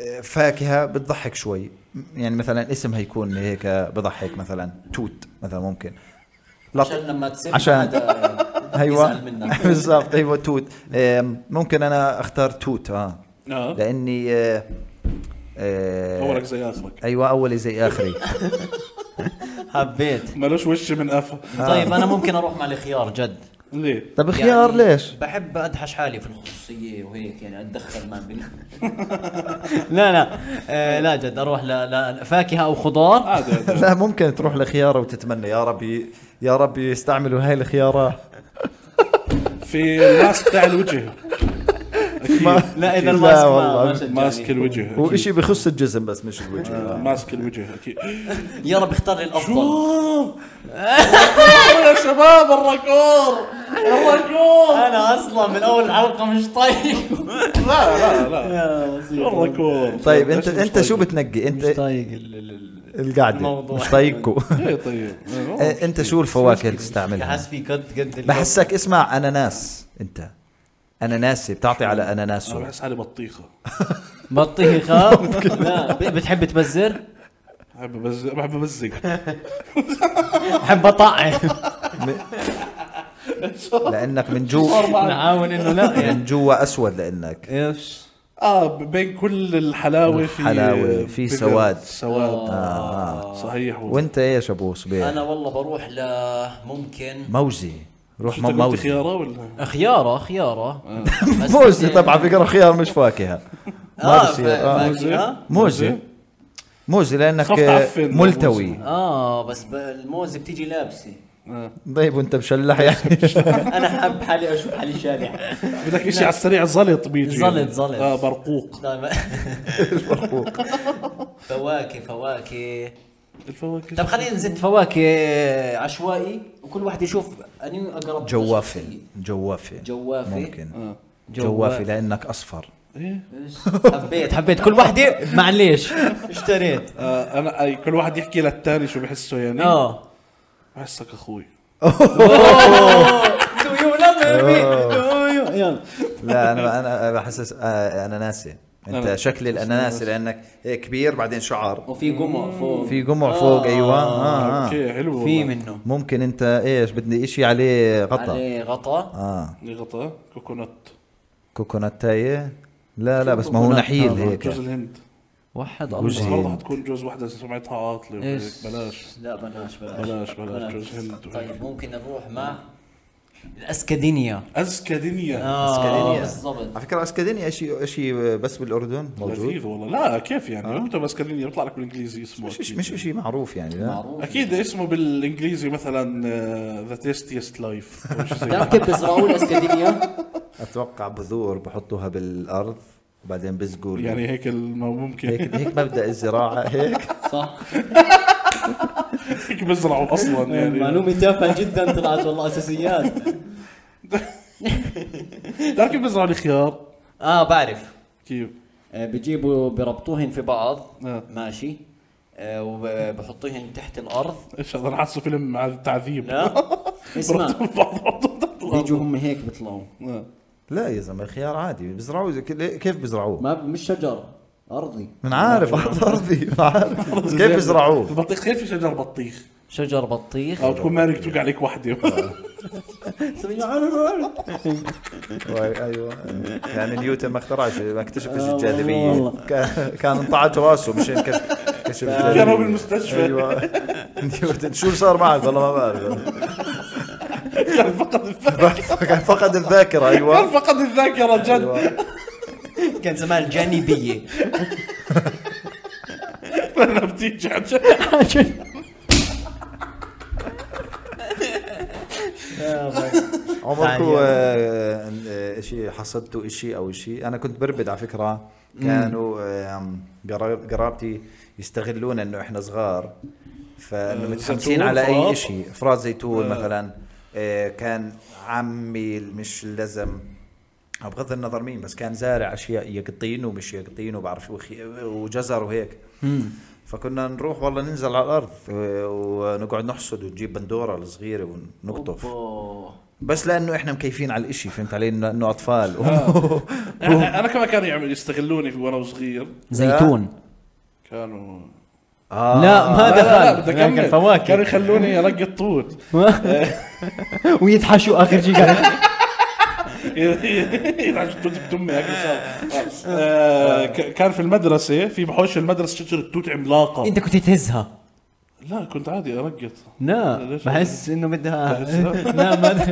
أه، فاكهه بتضحك شوي م- يعني مثلا اسم هيكون هيك بضحك مثلا توت مثلا ممكن لط- عشان لما تسيب عشان- حدا ايوه يزعل منك. بالضبط ايوه توت أم، ممكن انا اختار توت اه آه. لاني أه، أه، اولك زي اخرك ايوه اولي زي اخري حبيت مالوش وش من افه طيب انا ممكن اروح مع الخيار جد ليه؟ طب خيار يعني ليش؟ بحب ادحش حالي في الخصوصيه وهيك يعني اتدخل ما بين لا لا آه لا جد اروح لا لا فاكهه او خضار عادي عادي. لا ممكن تروح لخياره وتتمنى يا ربي يا ربي يستعملوا هاي الخياره في الماسك تاع الوجه اكيد لا اذا لا الماسك ما- ما والله. شجعني. ماسك الوجه هو أكيد. شيء بخص الجسم بس مش الوجه آه، ماسك الوجه اكيد يا رب اختار لي الافضل شوف يا شباب الركور الركور انا اصلا من اول الحلقه مش طيب لا لا لا يا سيدي. الركور طيب انت انت شو بتنقي مش انت طايق ال- ال- ال- القعده الموضوع. مش طايقكم ايه طيب إيه، انت شو الفواكه اللي حاسس تستعملها في قد قد اليوم. بحسك اسمع اناناس انت اناناسي بتعطي على انا اناناسه بحس حالي بطيخه بطيخه لا ب- بتحب تبزر؟ بحب بمزق بحب بمزق بحب اطعم لانك من جوا نحاول انه لا يعني من جوا اسود لانك ايش؟ اه بين كل الحلاوه في الحلاوة، في بيكر- سواد. آه. سواد آه، صحيح هو. وانت ايش ابو صبيح انا والله بروح ل ممكن موزي روح شو تقول موزي خياره ولا خياره خياره بس موزي يعني- طبعا بقرا خيار مش فاكهه ما اه بصير فا- آه. فاكهة؟ موزي موزي لانك خفت أعفن. ملتوي اه بس ب- الموز بتيجي لابسه طيب وانت مشلح يعني انا حاب حالي اشوف حالي شارع بدك شيء على السريع زلط بيجي زلط، زلط. اه برقوق دايما- طيب. فواكه فواكه الفواكه طب خلينا نزيد فواكه عشوائي وكل واحد يشوف اني اقرب جوافي جوافي جوافي. ممكن جوافي. جوافي لانك اصفر ايه حبيت حبيت كل واحدة معليش اشتريت آه انا أي كل واحد يحكي للثاني شو بحسه يعني آه. اه بحسك اخوي Do you love me? Do you- يلا. لا انا انا بحسس آه، اناناسي انت أنا- شكل الاناناسي لانك هيك كبير بعدين شعر وفي قمع فوق في قمع فوق ايوه آه. آه. اوكي حلو في والله منه ممكن انت ايش بدي اشي عليه غطا عليه غطا اه غطا كوكونات كوكوناتاية لا لا بس ما هو كوكونات نحيل هذا. هيك آه، جوز الهند وحد بس الله جوز برضه هند. حتكون جوز واحدة سمعتها عاطلة إيش؟ وهيك بلاش لا بلاش بلاش بلاش، بلاش، جوز هند وهيك. طيب ممكن نروح مع الاسكادينيا أزكى دنيا اه أسكادينيا. بالضبط على فكره اسكادينيا شيء شيء بس بالاردن موجود لذيذ والله لا كيف يعني انت بس كلمني بيطلع لك بالانجليزي اسمه مش أكيد. مش شيء معروف يعني لا معروف اكيد اسمه آه، بالانجليزي مثلا ذا تيستيست لايف بتعرف كيف بيزرعوا الاسكادينيا؟ اتوقع بذور بحطوها بالارض وبعدين بزقوا ال- يعني هيك الم- ممكن هيك هيك مبدا الزراعه هيك صح هيك بزرعوا اصلا يعني معلومة تافهة جدا طلعت والله اساسيات بتعرف كيف بزرعوا الخيار اه بعرف كيف آه، بجيبوا آه، بربطوهن في بعض آه. ماشي آه، آه، وبحطوهن تحت الارض ايش هذا نحسه فيلم مع التعذيب لا اسمع بيربطوا بعض بيجوا هم هيك بيطلعوا لا يا زلمه الخيار عادي بزرعوه زي كده. كيف بزرعوه؟ ما ب- مش شجر ارضي من عارف أرض ارضي ما عارف كيف بزرعوه؟ البطيخ كيف في شجر بطيخ؟ شجر بطيخ او تكون مالك توقع عليك وحده واي- ايوه يعني نيوتن ما اخترعش ما اكتشفش آه، الجاذبيه والله. كان- كان انطعج راسه مش انكشف كشف كانوا الجاذبيه بالمستشفى ايوه نيوتن أيوة. شو صار معك والله ما بعرف كان فقد الذاكره كان فقد الذاكره كان ايوه فقد الذاكره جد ايوه كان زمان جانبيه انا بتيجي عن جد. عمركم آه، آه، شيء حصدتوا شيء او شيء انا كنت بربد على فكره كانوا آم، قراب- قرابتي يستغلون انه احنا صغار فانه متحمسين زيتون، على اي فراط. شيء فراط زيتون مثلا آه، كان عمي مش لزم أو بغض النظر مين بس كان زارع اشياء يقطين ومش يقطين وبعرف شو وخي- وجزر وهيك فكنا نروح والله ننزل على الارض آه، ونقعد نحصد ونجيب بندوره الصغيره ونقطف بس لانه احنا مكيفين على الاشي فهمت علي انه إنه اطفال يعني انا كمان كانوا يعمل يستغلوني في وانا صغير زيتون كانوا آه. لا ما لا لا دخل بدي لكن اكمل كانوا فواكه يخلوني ارقط طوط ويتحشوا اخر شيء قال يلعب توت بدمي هيك صار. آه، ك- كان في المدرسه في بحوش المدرسه شجره توت عملاقه انت كنت تهزها لا كنت عادي ارقط لا ليش؟ بحس انه بدها بحسها. لا ما آه.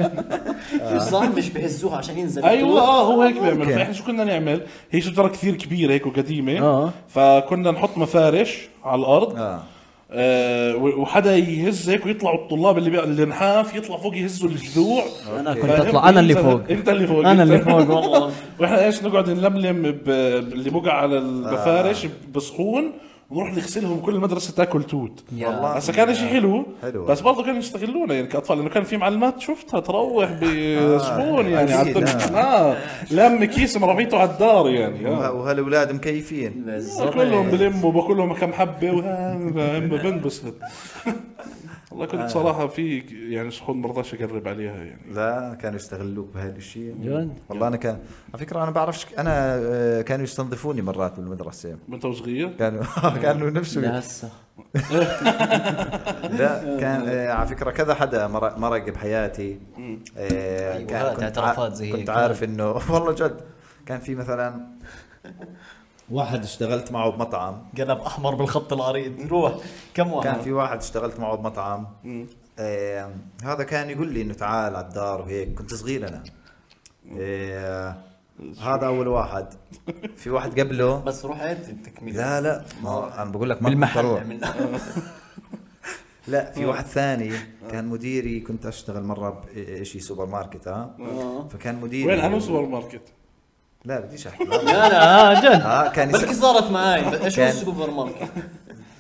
أيوة. الظاهر مش بهزوها عشان ينزل ايوه اه هو آه، هيك بيعمل ممكن. فاحنا شو كنا نعمل؟ هي شجره كثير كبيره هيك وقديمه آه. فكنا نحط مفارش على الارض آه. آه و- وحدا يهز هيك ويطلعوا الطلاب اللي بي... النحاف يطلع فوق يهزوا الجذوع انا كنت فاهم؟ اطلع انا اللي ينزل- فوق انت اللي فوق انا أنت- اللي فوق والله آه. واحنا ايش نقعد نلملم ب- باللي بقع على المفارش بصحون ونروح نغسلهم كل المدرسه تاكل توت يا والله. هسا كان شيء حلو حلو. بس برضه كانوا يستغلونا يعني كاطفال لانه كان في معلمات شفتها تروح بصحون يعني على آه، أكيد، آه. الدرج. اه لم كيس مربيته على الدار يعني وه- آه. وهالاولاد مكيفين بالظبط. كلهم بلموا باكلهم كم حبه وها- بنبسط والله كنت آه. صراحه في يعني صحون ما رضاش اقرب عليها يعني لا كانوا يستغلوك بهالشيء جد؟ والله انا كان على فكره انا بعرفش انا آه، كانوا يستنظفوني مرات بالمدرسه وانت وصغير كانوا كانوا نفسهم هسه لا كان آه، على فكره كذا حدا مر- مرق بحياتي آه، أيوة، كان- هات كنت اعترافات ع- زي هيك. كنت عارف انه والله جد كان في مثلا واحد اشتغلت معه بمطعم قلب احمر بالخط العريض روح كم كان واحد في واحد اشتغلت معه بمطعم آه هذا كان يقول لي انه تعال على الدار وهيك كنت صغير انا آه هذا اول واحد في واحد قبله بس روح عد التكمله لا لا ما هو انا بقول لك ما كنت بالمحل بروح. من لا في واحد ثاني كان مديري كنت اشتغل مره بشيء سوبر ماركت ها فكان مديري وين انا سوبر ماركت لا بديش احكي لا لا لا آه، جد آه، كان يس- بلكي صارت معي ايش هو كان- السوبر ماركت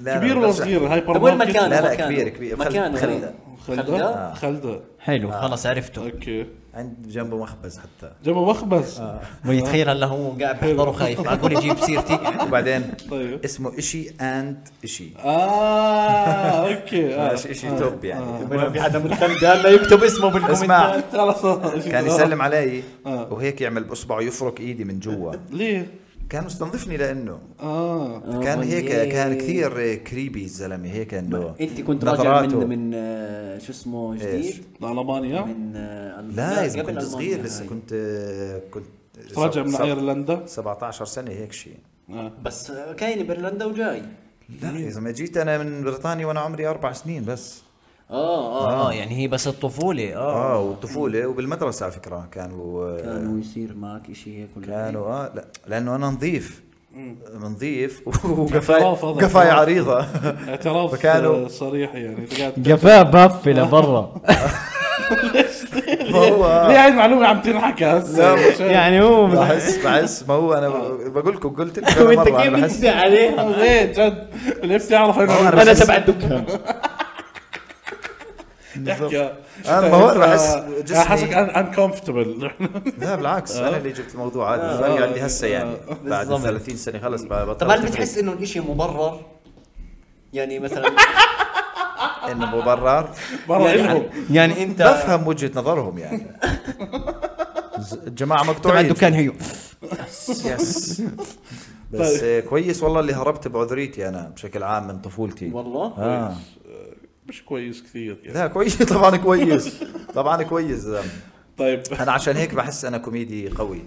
لا، لا، كبير بدي ولا أحكي. صغير هايبر طب طيب، وين ماركت مكانه لا، لا، مكانه؟ كبير- كبير. بخل- مكانه بخل- وين؟ خلدة خلدة خلدة حلو خلاص عرفته اوكي عند جنبه مخبز حتى جنب مخبز آه. ويتخيل هلا هو قاعد بيحضر وخايف معقول يجيب سيرتي وبعدين طيب اسمه اشي اند اشي اه اوكي آه. ماشي اشي توب يعني في حدا من الخلدة هلا يكتب اسمه اسمع بالكومنتات خلاص كان يسلم علي آه. وهيك يعمل باصبعه يفرك ايدي من جوا ليه؟ كان مستنظفني لانه اه آه، كان هيك وليه؟ كان كثير كريبي الزلمه هيك انه انت كنت راجع نظراته. من من آه، شو اسمه إيش؟ جديد المانيا من آه، لا يا زلمة قبل كنت ألمانيا صغير لسه هاي. كنت كنت راجع من سب- ايرلندا 17 سنه هيك شيء آه. بس آه، كاين بايرلندا وجاي لا يا زلمه جيت انا من بريطانيا وانا عمري اربع سنين بس اه آه. اه اه يعني هي بس الطفوله اه اه والطفوله وبالمدرسه على فكره كانوا آه، كانوا يصير معك شيء هيك ولا كانوا إيه. اه لا لانه انا نظيف نظيف يعني وقفاي اعتراف هذا. قفاي عريضه اعتراف فكانوا- آه، صريح يعني أنت قاعد جفاء بافي لبرا هو ليه هاي المعلومه عم تنحكى هسه لا، يعني- مش- يعني هو بحس بحس ما هو انا آه. بقول لكم قلت لك كذا مره انا بحس عليها ليه جد نفسي اعرف هو انا أنا بحس- الدكان احكي آه، ما هو أنا بحس جسمي- حاسك انكمفتبل لا بالعكس انا اللي جبت الموضوع هذا الفرق يعني، عندي هسه يعني بعد 30 سنه خلص بطلت آه. طب هل أفرق. بتحس انه الاشي مبرر؟ يعني مثلا انه مبرر برا يعني, إلهم يعني انت بفهم وجهه نظرهم يعني ز- الجماعه تبع مقطوعين الدكان هيو يس طيب. بس آه، كويس والله اللي هربت بعذريتي انا بشكل عام من طفولتي والله آه. مش كويس كثير يعني لا كويس طبعا كويس طبعا كويس يا زلمة. طيب انا عشان هيك بحس انا كوميدي قوي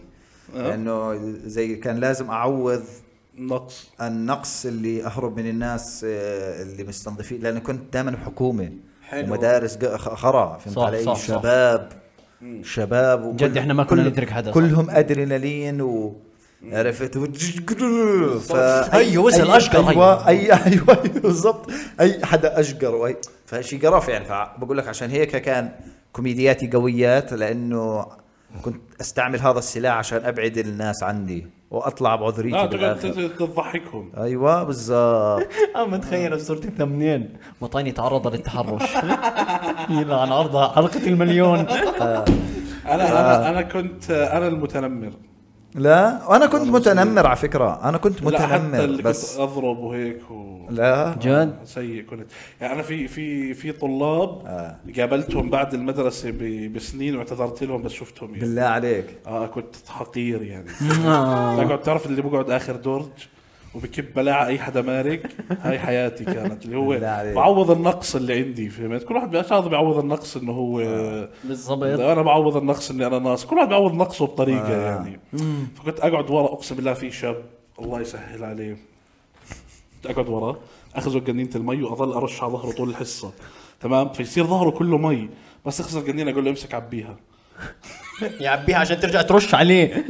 لانه زي كان لازم اعوض نقص النقص اللي اهرب من الناس آه، اللي مستنظفين لانه كنت دائما بحكومه حلو. ومدارس ق- خ- خرا فهمت صح، علي صح، صح. شباب شباب وكل- جد إحنا ما كنا كل- ندرك حدا، صح. كلهم ادرينالين و عرفت و... فا- أيوة، وصل أي- أشقر، ايوه اي ايوه بالضبط اي حدا اشقر واي فشي قرف يعني فبقول لك عشان هيك كان كوميدياتي قويات لانه كنت استعمل هذا السلاح عشان ابعد الناس عني واطلع بعذريتي اه تقعد بالآخر. تت- تضحكهم ايوه بالظبط اه متخيل بصورة الثمنين مطاني تعرض للتحرش يلعن عرضها حلقة المليون انا آه. انا انا كنت انا المتنمر لا وانا كنت متنمر على فكره انا كنت لا حتى متنمر اللي بس كنت اضرب وهيك و... لا جد سيء كنت يعني انا في في في طلاب آه. قابلتهم بعد المدرسه ب... بسنين واعتذرت لهم بس شفتهم يعني بالله عليك اه كنت حقير يعني آه. بقعد تعرف اللي بقعد اخر درج وبكب بلاعة اي حدا مارق هاي حياتي كانت اللي هو بالله عليك. بعوض النقص اللي عندي فهمت كل واحد بيعوض بيعوض النقص انه هو آه. طيب. بالضبط انا بعوض النقص اني انا ناقص كل واحد بعوض نقصه بطريقه آه. يعني فكنت اقعد ورا اقسم بالله في شاب الله يسهل عليه كنت اقعد وراه اخذه قنينه المي واظل ارش على ظهره طول الحصه تمام فيصير ظهره كله مي بس اخذ القنينه اقول له امسك عبيها يعبيها عشان ترجع ترش عليه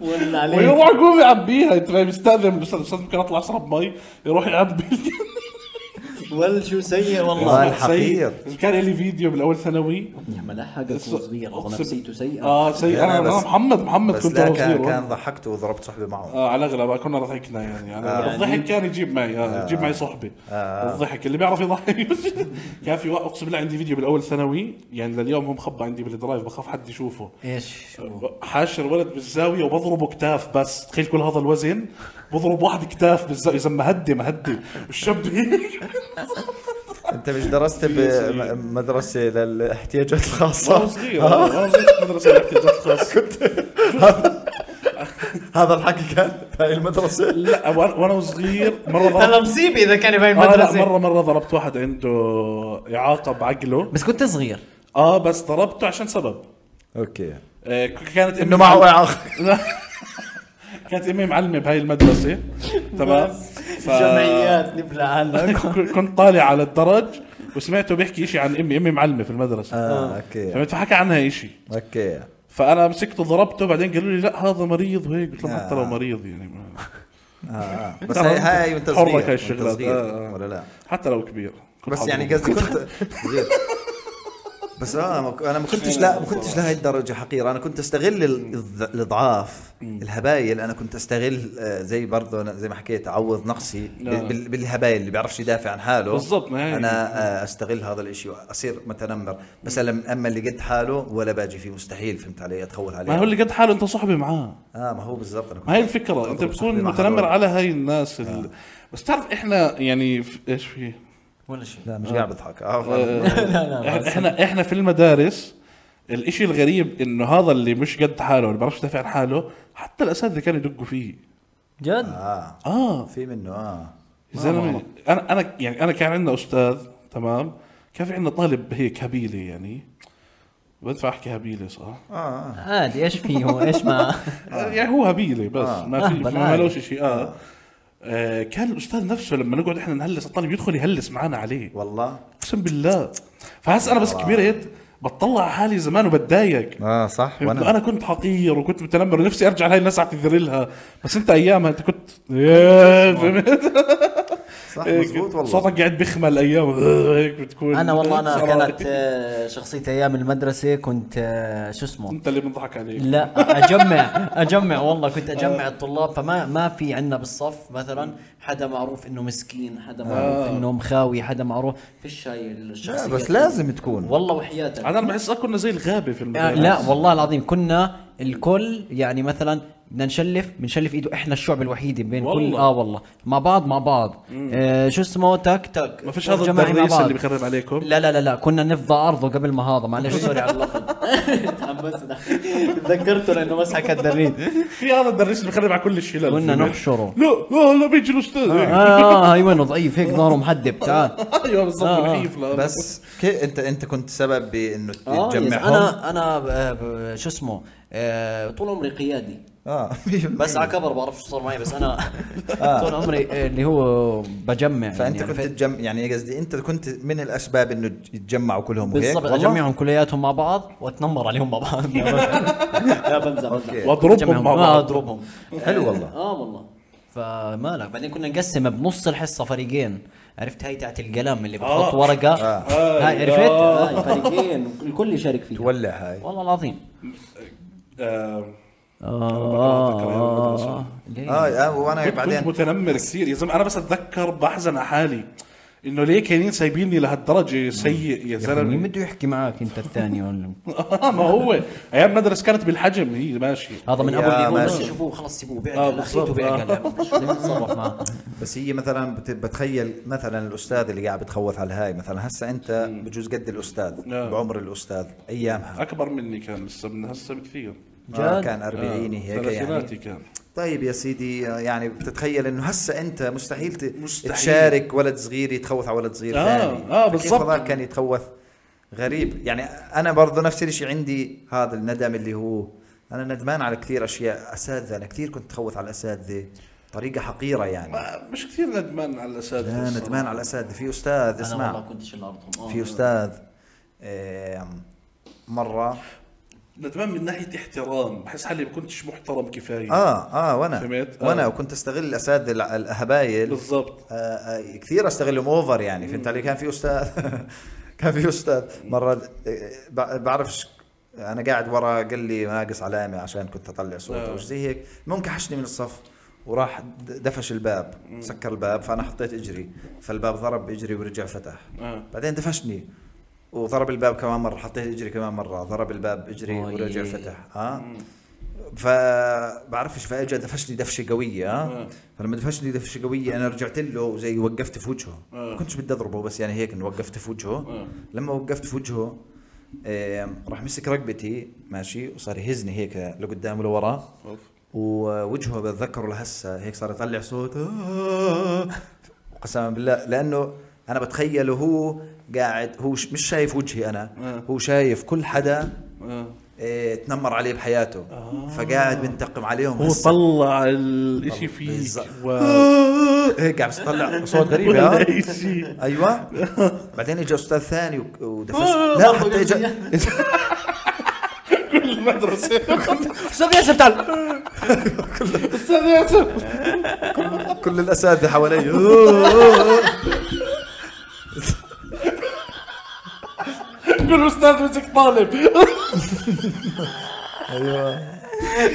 ولا طيب. عليه ويروح يقوم يعبيها انت فاهم يستاذن بس استاذ ممكن اطلع اشرب مي يروح يعبي ول شو سيء والله. والله الحقير. سيء. كان لي فيديو من اول ثانوي يا ملحقك وصغير والله أقسم- نفسيته سيئة اه سيء لا، انا لا، أنا بس- محمد محمد بس كنت لا أنا كان صغير. كان ضحكت وضربت صحبي معه آه على الاغلب كنا ضحكنا يعني, يعني آه. الضحك كان يجيب معي آه يجيب معي صحبه آه الضحك اللي بيعرف يضحك كان في واحد اقسم بالله عندي فيديو بالاول ثانوي يعني لليوم هو مخبى عندي بالدرايف بخاف حد يشوفه ايش حاشر ولد بالزاويه وبضربه كتاف بس تخيل كل هذا الوزن بضرب واحد كتاف بالزاويه اذا مهدي مهدي والشاب هيك انت مش درست صغير. بمدرسه للاحتياجات وانا الخاصه صغير وانا صغير في مدرسه الاحتياجات الخاصه هذا الحكي كان بهاي المدرسه لا وانا وأنا صغير مره هلا ضربت مصيبه اذا كان بهاي آه لا المدرسة مره مره ضربت واحد عنده اعاقه بعقله بس كنت صغير اه بس ضربته عشان سبب اوكي آه، ك- كانت انه معه اعاقه كانت امي معلمه بهاي المدرسه تمام ف- جمعيات نبلع عنك ك- كنت طالع على الدرج وسمعته بيحكي إشي عن امي امي معلمه في المدرسه اه اوكي فهمت فحكى عنها إشي اوكي فانا مسكته ضربته بعدين قالوا لي لا هذا مريض وهيك قلت لهم آه. حتى لو مريض يعني ما- آه. بس هاي هاي وانت حرك هاي صغير وانت الشغلات. صغير آه، آه. ولا لا حتى لو كبير كنت بس يعني حضره. قصدي كنت زين. بس اه ما ك- انا ما كنتش لا ما كنتش لهي الدرجه حقير انا كنت استغل ال- الض- الاضعاف الهبايل انا كنت استغل آه، زي برضه أنا زي ما حكيت اعوض نقصي لا. بال- بال- بالهبايل اللي بيعرفش يدافع عن حاله بالضبط، ما هي- انا آه، استغل هذا الاشي واصير متنمر بس لما- اما اللي قد حاله ولا باجي فيه مستحيل فهمت علي اتخول عليه ما هو اللي قد حاله انت صاحبي معاه اه ما هو بالضبط انا كنت ما هي الفكره انت أضرب صاحبي بتكون مع متنمر حلول. على هاي الناس آه. ال... بس تعرف احنا يعني ف- ايش في ولا شيء لا مش قاعد بضحك آه، احنا احنا احنا في المدارس الاشي الغريب انه هذا اللي مش قد حاله اللي بيعرفش يدافع عن حاله حتى الاساتذه كانوا يدقوا فيه جد اه اه في منه اه يا زلمه انا انا يعني انا كان عندنا استاذ تمام كان في عندنا طالب هيك هبيله يعني بدفع احكي هبيله صح؟ عادي ايش فيه ايش ما يعني هو هبيله بس آه. ما في أهبل ما عادي. لوش شيء آه. اه كان الاستاذ نفسه لما نقعد احنا نهلس الطالب يدخل يهلس معنا عليه والله اقسم بالله فهسه انا بس آه. كبرت بطلع على حالي زمان وبتضايق اه صح وانا انا كنت حقير وكنت متنمر ونفسي ارجع لهي الناس اعتذر لها بس انت ايامها انت كنت يا فهمت صح مزبوط والله إيه، صوتك قاعد بيخمل ايام هيك بتكون انا والله انا كانت آه، شخصيتي ايام المدرسه كنت آه، شو اسمه انت اللي بنضحك عليك لا اجمع اجمع والله كنت اجمع الطلاب فما ما في عندنا بالصف مثلا حدا معروف انه مسكين حدا آه. معروف انه مخاوي حدا معروف فيش هاي لا الشخصيه بس لازم تكون والله وحياتك انا بحس كنا زي الغابه في آه، المدرسه لا والله العظيم كنا الكل يعني مثلا بدنا نشلف بنشلف ايده احنا الشعب الوحيد بين كل والله. اه والله مع بعض مع بعض آه شو اسمه تك تك ما فيش هذا جماعي مع الدريس بعض. اللي بخرب عليكم لا لا لا لا كنا نفضى عرضه قبل ما هذا معلش سوري على اللفظ تحمست تذكرته لانه مسحك الدريد في هذا الدريس اللي بخرب على كل الشلل قلنا في- نحشره. لا لا لا بيجي الاستاذ هيك. اه ايوه إنه ضعيف هيك ظهره محدب تعال ايوه بالضبط آه، آه. نحيف لا، لا. بس كيف انت انت كنت سبب بانه اه يس، تجمعهم انا انا آه، ب- شو اسمه آه، طول عمري قيادي اه بس على كبر بعرف شو صار معي بس انا طول عمري آه، اللي هو بجمع فانت كنت عرفت؟ تجمع يعني قصدي انت كنت من الاسباب انه يتجمعوا كلهم وهيك بالضبط والله؟ اجمعهم كلياتهم مع بعض واتنمر عليهم مع بعض لا بمزح أوكي. بمزح واضربهم مع أجمعهم. آه، بعض اضربهم حلو والله اه والله فما لك بعدين كنا نقسم بنص الحصه فريقين عرفت هاي تاعت القلم اللي بتحط آه. ورقه آه. هاي عرفت هاي فريقين الكل يشارك فيها تولع هاي والله العظيم آه، آه ليه؟ اه, آه وانا كنت كنت بعدين متنمر كثير يا زلمه انا بس اتذكر بحزن على حالي انه ليه كانين سايبيني لهالدرجه سيء يا يا أخي، مين زلمه بده يحكي معك انت الثاني ولا آه، ما هو ايام مدرسه كانت بالحجم هي ماشي هذا من يا ابو اللي هو بس ماشي. يشوفوه خلص سيبوه آه، بيعقل بالضبط. اخيته بيعقل شو بدنا نتصرف معه بس هي مثلا بت- بتخيل مثلا الاستاذ اللي قاعد بتخوف على هاي مثلا هسه انت بجوز قد الاستاذ نعم. بعمر الاستاذ ايامها اكبر مني كان لسه من هسه بكثير آه جد؟ كان اربعيني آه، هيك يعني ثلاثيناتي كان طيب يا سيدي آه، يعني بتتخيل انه هسه انت مستحيل, ت- مستحيل. تشارك ولد صغير يتخوث على ولد صغير آه، ثاني آه، فكيف بالضبط. هذاك كان يتخوث غريب يعني انا برضه نفس الشيء عندي هذا الندم اللي هو انا ندمان على كثير اشياء اساتذه انا كثير كنت اتخوث على الاساتذه بطريقه حقيره يعني ما- مش كثير ندمان على الاساتذه لا الصراحة. ندمان على الاساتذه في استاذ انا والله اسمع كنت شل ارضهم في استاذ آم، مره ندمان من ناحيه احترام بحس حالي ما كنتش محترم كفايه اه اه وانا فهمت؟ أيوة. آه. وانا وكنت استغل الاساتذه الع- الهبايل بالضبط آه، آه، كثير استغلهم اوفر يعني فهمت علي كان في استاذ كان في استاذ مره آه، ب- بعرفش انا قاعد ورا قال لي ناقص علامه عشان كنت اطلع صوت آه. او شيء زي هيك المهم كحشني من الصف وراح د- دفش الباب سكر الباب فانا حطيت اجري فالباب ضرب باجري ورجع فتح آه. بعدين دفشني وضرب الباب كمان مره حطيت اجري كمان مره ضرب الباب اجري أي. ورجع فتح اه فبعرفش فاجى دفشني دفشه قويه آه. اه فلما دفشني دفشه قويه انا رجعت له زي وقفت في وجهه آه. ما كنتش بدي اضربه بس يعني هيك إنه وقفت في آه. وجهه لما وقفت في وجهه آم، راح مسك رقبتي ماشي وصار يهزني هيك لقدام ولورا أوف. ووجهه بتذكره لهسه هيك صار يطلع صوت آه. قسما بالله لانه انا بتخيله هو قاعد هو ش- مش شايف وجهي انا آه. هو شايف كل حدا آه. إيه تنمر عليه بحياته فقاعد بنتقم عليهم هو هسه. طلع الاشي فيك بالظبط. و... إيه. هيك إيه، قاعد بيطلع صوت غريب ولا ها أي شيء. ايوه بعدين اجى استاذ ثاني وك- ودفش آه، لا برضه حتى اجى كل المدرسه سوق ياسف تعال استاذ ياسر كل الاساتذه حوالي كل استاذ مسك طالب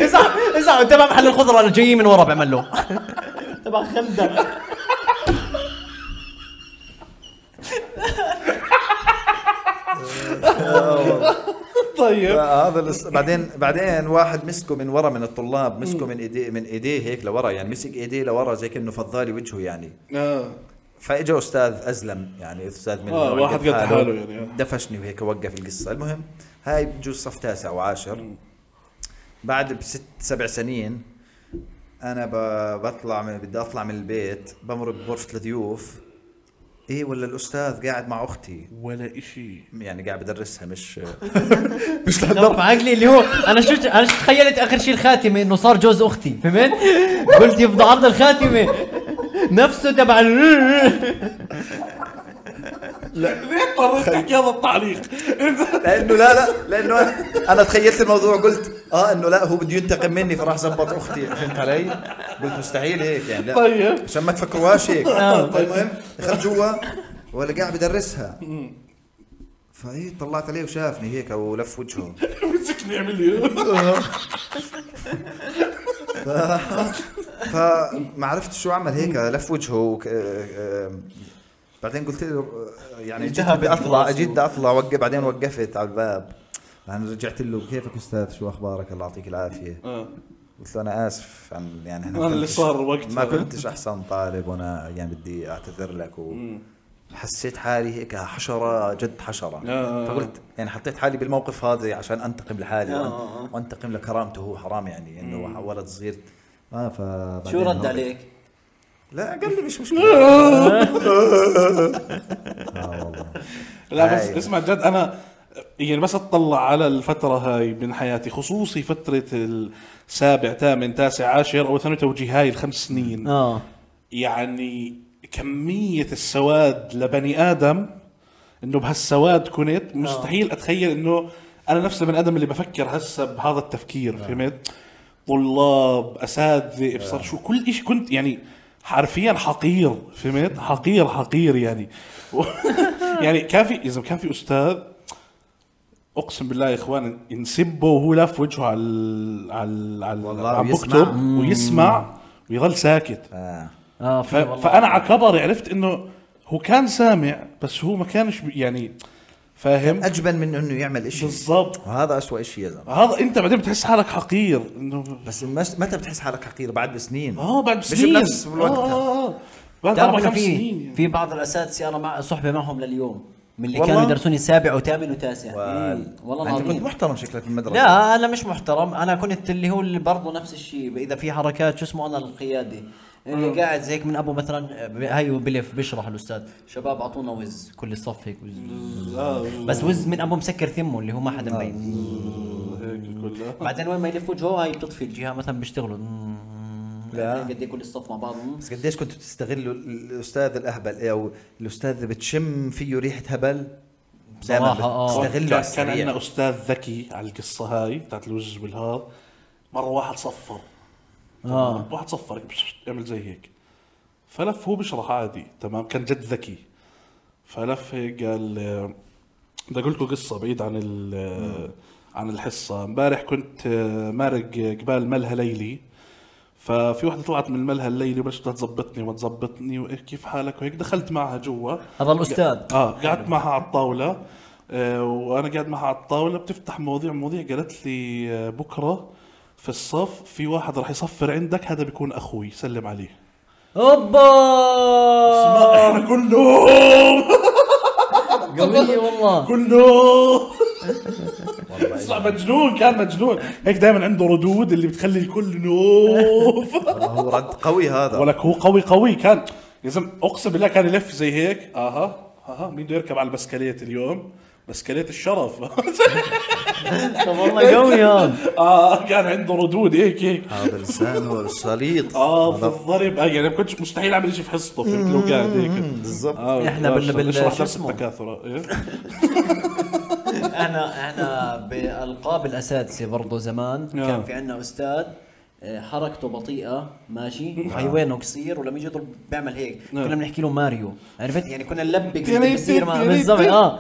ازعل ازعل تبع محل الخضره اللي جايين من ورا بعمل له تبع خلده طيب هذا الأس- بعدين بعدين واحد مسكه من ورا من الطلاب مسكه من ايديه من ايديه هيك لورا يعني مسك ايديه لورا زي كانه فضالي وجهه يعني آه. فاجا استاذ ازلم يعني استاذ من آه، النوع واحد اللي قد حاله يعني، آه. دفشني وهيك وقف القصه المهم هاي بجوز صف تاسع وعاشر بعد بست سبع سنين انا ب- بطلع من بدي اطلع من البيت بمر بغرفه الضيوف ايه ولا الاستاذ قاعد مع اختي ولا اشي يعني قاعد بدرسها مش مش لهالدرجة. طب عقلي اللي هو انا شو انا شو تخيلت اخر شيء الخاتمه انه صار جوز اختي فهمت؟ قلت يفضى عرض الخاتمه نفسه تبع ال- لا ليه اضطريت تحكي هذا التعليق انت لانه لا لا لانه انا انا تخيلت الموضوع قلت اه انه لا هو بده ينتقم مني فراح زبط اختي فهمت علي؟ قلت مستحيل هيك يعني لا طيب. عشان ما تفكروهاش هيك آه. المهم دخلت جوا ولا قاعد بدرسها فايه طلعت عليه وشافني هيك ولف وجهه مسكني اعمل لي فما عرفت شو عمل هيك لف وجهه وك... آه، بعدين قلت له يعني جيت بدي اطلع جيت بدي اطلع وقف بعدين وقفت على الباب بعدين رجعت له كيفك استاذ شو اخبارك الله يعطيك العافيه آه. قلت له انا اسف عن يعني إحنا أنا ما اللي كنتش- صار وقتها. ما كنتش احسن طالب وانا يعني بدي اعتذر لك و... حسيت حالي هيك حشره جد حشره آه. فقلت يعني حطيت حالي بالموقف هذا عشان انتقم لحالي آه. وأن- وانتقم لكرامته هو حرام يعني انه ولد صغير اه ف شو رد عليك؟ لا قال لي مش مشكله آه، اه والله لا بس هاي. اسمع جد انا يعني بس اطلع على الفترة هاي من حياتي خصوصي فترة السابع ثامن تاسع عاشر او ثانوي توجيه هاي الخمس سنين اه يعني كمية السواد لبني آدم إنه بهالسواد كنت مستحيل أتخيل إنه أنا نفس البني آدم اللي بفكر هسه بهذا التفكير فهمت؟ طلاب أساتذة آه. ابصر شو كل إشي كنت يعني حرفيا حقير فهمت؟ حقير حقير يعني يعني كان في إذا كان في أستاذ اقسم بالله يا اخوان ينسبه وهو لاف وجهه على ال- على ال- على ال- والله عم ويسمع. بكتب ويسمع ويظل ساكت آه. اه ف... في والله. فانا على كبر عرفت انه هو كان سامع بس هو ما كانش ب- يعني فاهم اجبن من انه يعمل شيء بالضبط وهذا أسوأ شيء يا زلمه هذا انت بعدين بتحس حالك حقير انه بس مش- متى بتحس حالك حقير بعد بسنين اه بعد مش سنين بنفس الوقت. اه اه اه بعد تعرف اربع أنا خمس في سنين يعني. في بعض الاساتذه انا مع صحبه معهم لليوم من اللي والله؟ كانوا يدرسوني سابع وثامن وتاسع إيه، وال- والله انت آه. كنت العظيم محترم شكلك بالمدرسه لا انا مش محترم انا كنت اللي هو اللي برضه نفس الشيء اذا في حركات شو اسمه انا القيادي آه. اللي قاعد زي هيك من ابو مثلا ب- هي بلف بيشرح الاستاذ شباب اعطونا وز كل الصف هيك وز آه، بس وز من ابو مسكر ثمه اللي هو ما حدا مبين هيك الكل، آه. بعدين وين ما يلف وجهه هاي بتطفي الجهه مثلا بيشتغلوا لا. قد إيه كل الصف مع بعض مم. بس قديش كنتوا تستغلوا الاستاذ الاهبل او الاستاذ اللي بتشم فيه ريحه هبل دايماً بصراحة، آه. بتستغله على كان- كان السريع. عندنا استاذ ذكي على القصه هاي بتاعت الوز والهذا مره واحد صفر اه واحد صفر بش- عمل زي هيك فلف هو بيشرح عادي تمام كان جد ذكي فلف هيك قال آه، بدي اقول لكم قصه بعيد عن ال- آه، عن الحصه امبارح كنت آه، مارق قبال ملهى ليلي ففي وحده طلعت من الملهى الليلي وبلشت بدها تظبطني وما تظبطني وإيه كيف حالك وهيك دخلت معها جوا هذا الأستاذ. اه قعدت معها على الطاوله آه، وانا قاعد معها على الطاوله بتفتح مواضيع مواضيع قالت لي آه، بكره في الصف في واحد راح يصفر عندك هذا بيكون اخوي سلم عليه اوبا احنا كلهم قوية والله كلهم اسمع مجنون كان مجنون هيك دائما عنده ردود اللي بتخلي الكل نوف هو رد قوي هذا ولك هو قوي قوي كان يا زلمه اقسم بالله كان يلف زي هيك اها اها مين بده يركب على البسكليت اليوم بسكليت الشرف طب والله قوي هذا اه كان عنده ردود هيك هيك هذا لسانه السليط اه في الضرب آه، يعني ما كنتش مستحيل اعمل شيء في حصته فهمت لو قاعد هيك بالضبط آه، إحنا بال- اشرح- بال- اشرح شو درس اسمه؟ التكاثر إيه؟ انا انا بالقاب الاساتذه برضه زمان آه. كان في عندنا استاذ آه، حركته بطيئه ماشي آه. وعيونه قصير ولما يجي يضرب بيعمل هيك كنا بنحكي له ماريو عرفت يعني كنا نلبق اللي بصير مع بالضبط اه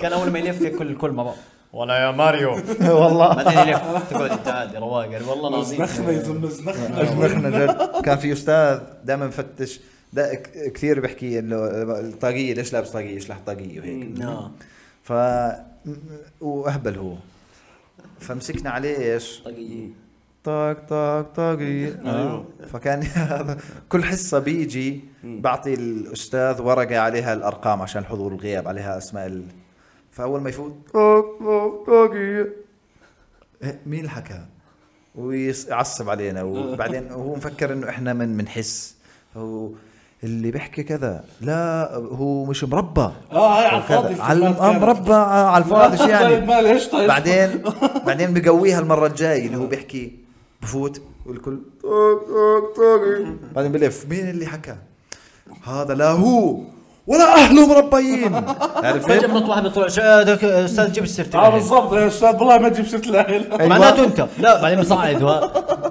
كان اول ما يلف كل الكل مع بعض ولا يا ماريو والله بعدين يلف تقعد انت عادي رواق يعني، والله العظيم مزنخنا يا زلمه مزنخنا اجنخنا جد كان في استاذ دائما مفتش دا ك- كثير بحكي انه الطاقيه ليش لابس طاقيه ليش لابس طاقيه وهيك آه. ف نعم. واهبل هو فمسكنا عليه ايش؟ طاقية. طاق طاق طاقية أيوه. آه. فكان هذا كل حصة بيجي بعطي الأستاذ ورقة عليها الأرقام عشان الحضور والغياب عليها أسماء ال... فأول ما يفوت طاق طاق طاقية إيه، مين اللي حكى؟ ويعصب علينا وبعدين هو مفكر إنه إحنا من بنحس هو اللي بيحكي كذا لا هو مش مربى اه هاي على الفاضي وكذا. على آه، مربى آه، على الفاضي شو يعني ما ليش طيب بعدين بعدين بقويها المره الجايه اللي هو بيحكي بفوت والكل طق طق طق بعدين بلف مين اللي حكى؟ هذا لا هو ولا اهله مربيين فجاه عرفت؟ بنط واحد بيطلع شادك استاذ جيب السيرة اه بالضبط يا استاذ والله ما تجيب سيره الاهل أيوة. معناته انت لا بعدين بصعد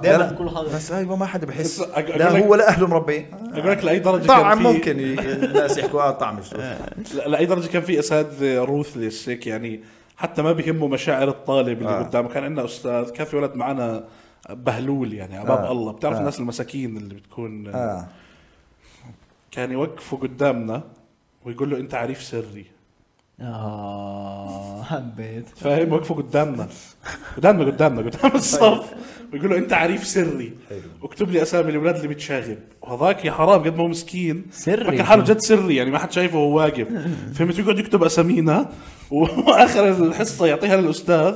دائما لا، كل هذا بس ايوه ما حدا بس بحس أق- لا أقول لك- هو ولا اهله مربيين اقول لك لاي درجه طعم كان ممكن في آه، ي- الناس يحكوا اه طعم مش لا- لاي درجه كان في اساتذه روثلس هيك يعني حتى ما بيهموا مشاعر الطالب اللي آه. قدامه كان عندنا استاذ كان في ولد معنا بهلول يعني على باب آه. الله بتعرف آه. الناس المساكين اللي بتكون اه كان يوقفوا قدامنا ويقول له انت عريف سري آه. حبيت فاهم واقفوا قدامنا قدامنا قدامنا طيب. قدام الصف بيقول له انت عريف سري اكتب لي اسامي الاولاد اللي بتشاغب وهذاك يا حرام قد ما هو مسكين سري. فكر حاله جد سري يعني ما حد شايفه وهو واقف فهمت يقعد يكتب اسامينا واخر الحصه يعطيها للاستاذ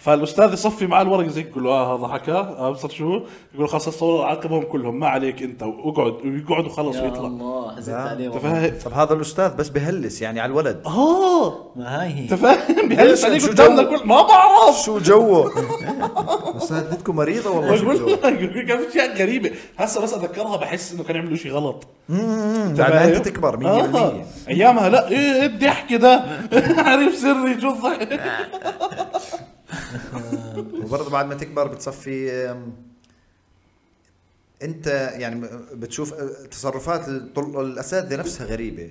فالاستاذ يصفي معاه الورق زي يقول له اه هذا حكى اه بصر شو يقول له خلاص الصور عاقبهم كلهم ما عليك انت واقعد ويقعد وخلص يا ويطلع الله حزنت عليه انت والله. فاهم طب هذا الاستاذ بس بهلس يعني على الولد اه ما هاي انت هي فاهم بيهلس عليك شو قدامنا جو؟ كل ما بعرف شو جوه بس هدتكم مريضه والله شو بقول جوه لك كان في اشياء غريبه هسه بس اتذكرها بحس انه كان يعملوا شيء غلط لما انت يعني تكبر 100% آه. ايامها لا ايه إيه الضحك ده عارف سري شو الضحك وبرضه بعد ما تكبر بتصفي أم، انت يعني م- بتشوف أه، تصرفات الطل- الاساتذه نفسها غريبه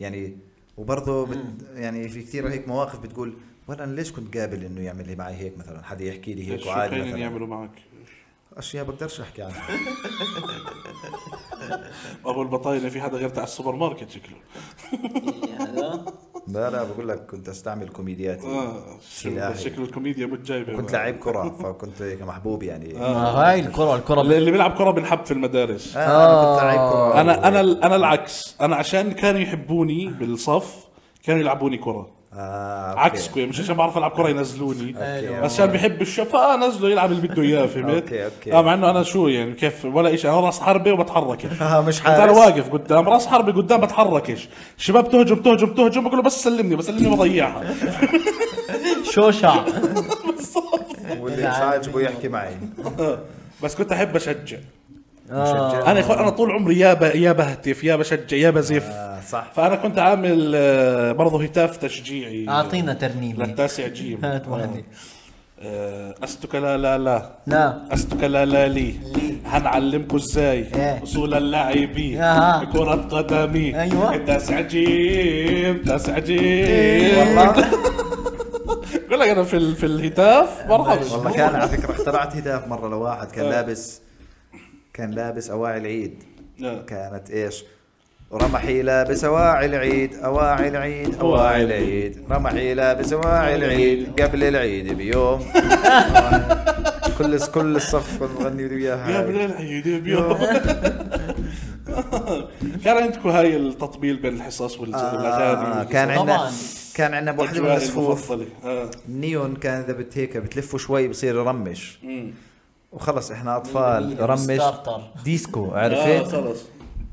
يعني وبرضه بت يعني في كثير هيك مواقف بتقول وانا ليش كنت قابل انه يعمل لي معي هيك مثلا حدا يحكي لي هيك شو وعادي كانوا مثلا يعملوا معك اشياء بقدرش احكي عنها ابو البطاينه في حدا غير تاع السوبر ماركت شكله إيه، هذا لا لا بقول لك كنت استعمل كوميدياتي اه شو- سلاحي. شكله الكوميديا مش جايبه كنت لعيب كره فكنت هيك محبوب يعني ما هاي الكرة الكرة اللي بال- اللي بيلعب كره بنحب في المدارس آه، أنا كنت لعيب كرة انا انا انا العكس انا عشان كانوا يحبوني بالصف كانوا يلعبوني كره آه، أوكي. عكسكم يعني مش عشان بعرف العب كره ينزلوني أوكي. بس عشان بحب الشفاء نزله يلعب اللي بده اياه فهمت؟ أوكي، أوكي. اه مع انه انا شو يعني كيف ولا شيء انا راس حربه وبتحركش آه، مش كنت انا حارس. يعني واقف قدام راس حربه قدام بتحركش الشباب تهجم تهجم تهجم بقول له بس سلمني بس سلمني بضيعها شوشع واللي مش عاجبه يحكي معي بس كنت احب اشجع مشجع. انا يا اخوان انا طول عمري يا ب... يا بهتف يا بشجع يا بزف آه، صح فانا كنت عامل آه، برضه هتاف تشجيعي اعطينا ترنيمة للتاسع جيم هات وحدة آه، استك لا لا لا لا استك لا لا لي هنعلمكم ازاي إيه. اصول اللعيبين آها. كرة قدمي أيوة. تسع جيم تسع جيم إيه، والله بقول لك انا في ال- في الهتاف برحب والله كان على فكره اخترعت هداف مره لواحد كان لابس كان لابس اواعي العيد آه. كانت ايش؟ رمحي لابس اواعي العيد اواعي العيد اواعي العيد رمحي لابس اواعي العيد قبل العيد بيوم كل كل الصف نغني يا وياها بلال عيدي بيوم كان عندكم هاي التطبيل بين الحصص وال- آه والاغاني كان عندنا طبعاً. كان عندنا بوحده من أجوائي الصفوف المفضلة. آه. النيون كان اذا بت هيك بتلفه شوي بصير يرمش مم. وخلص احنا اطفال مية رمش ستارتر. ديسكو اه عرفت؟ خلص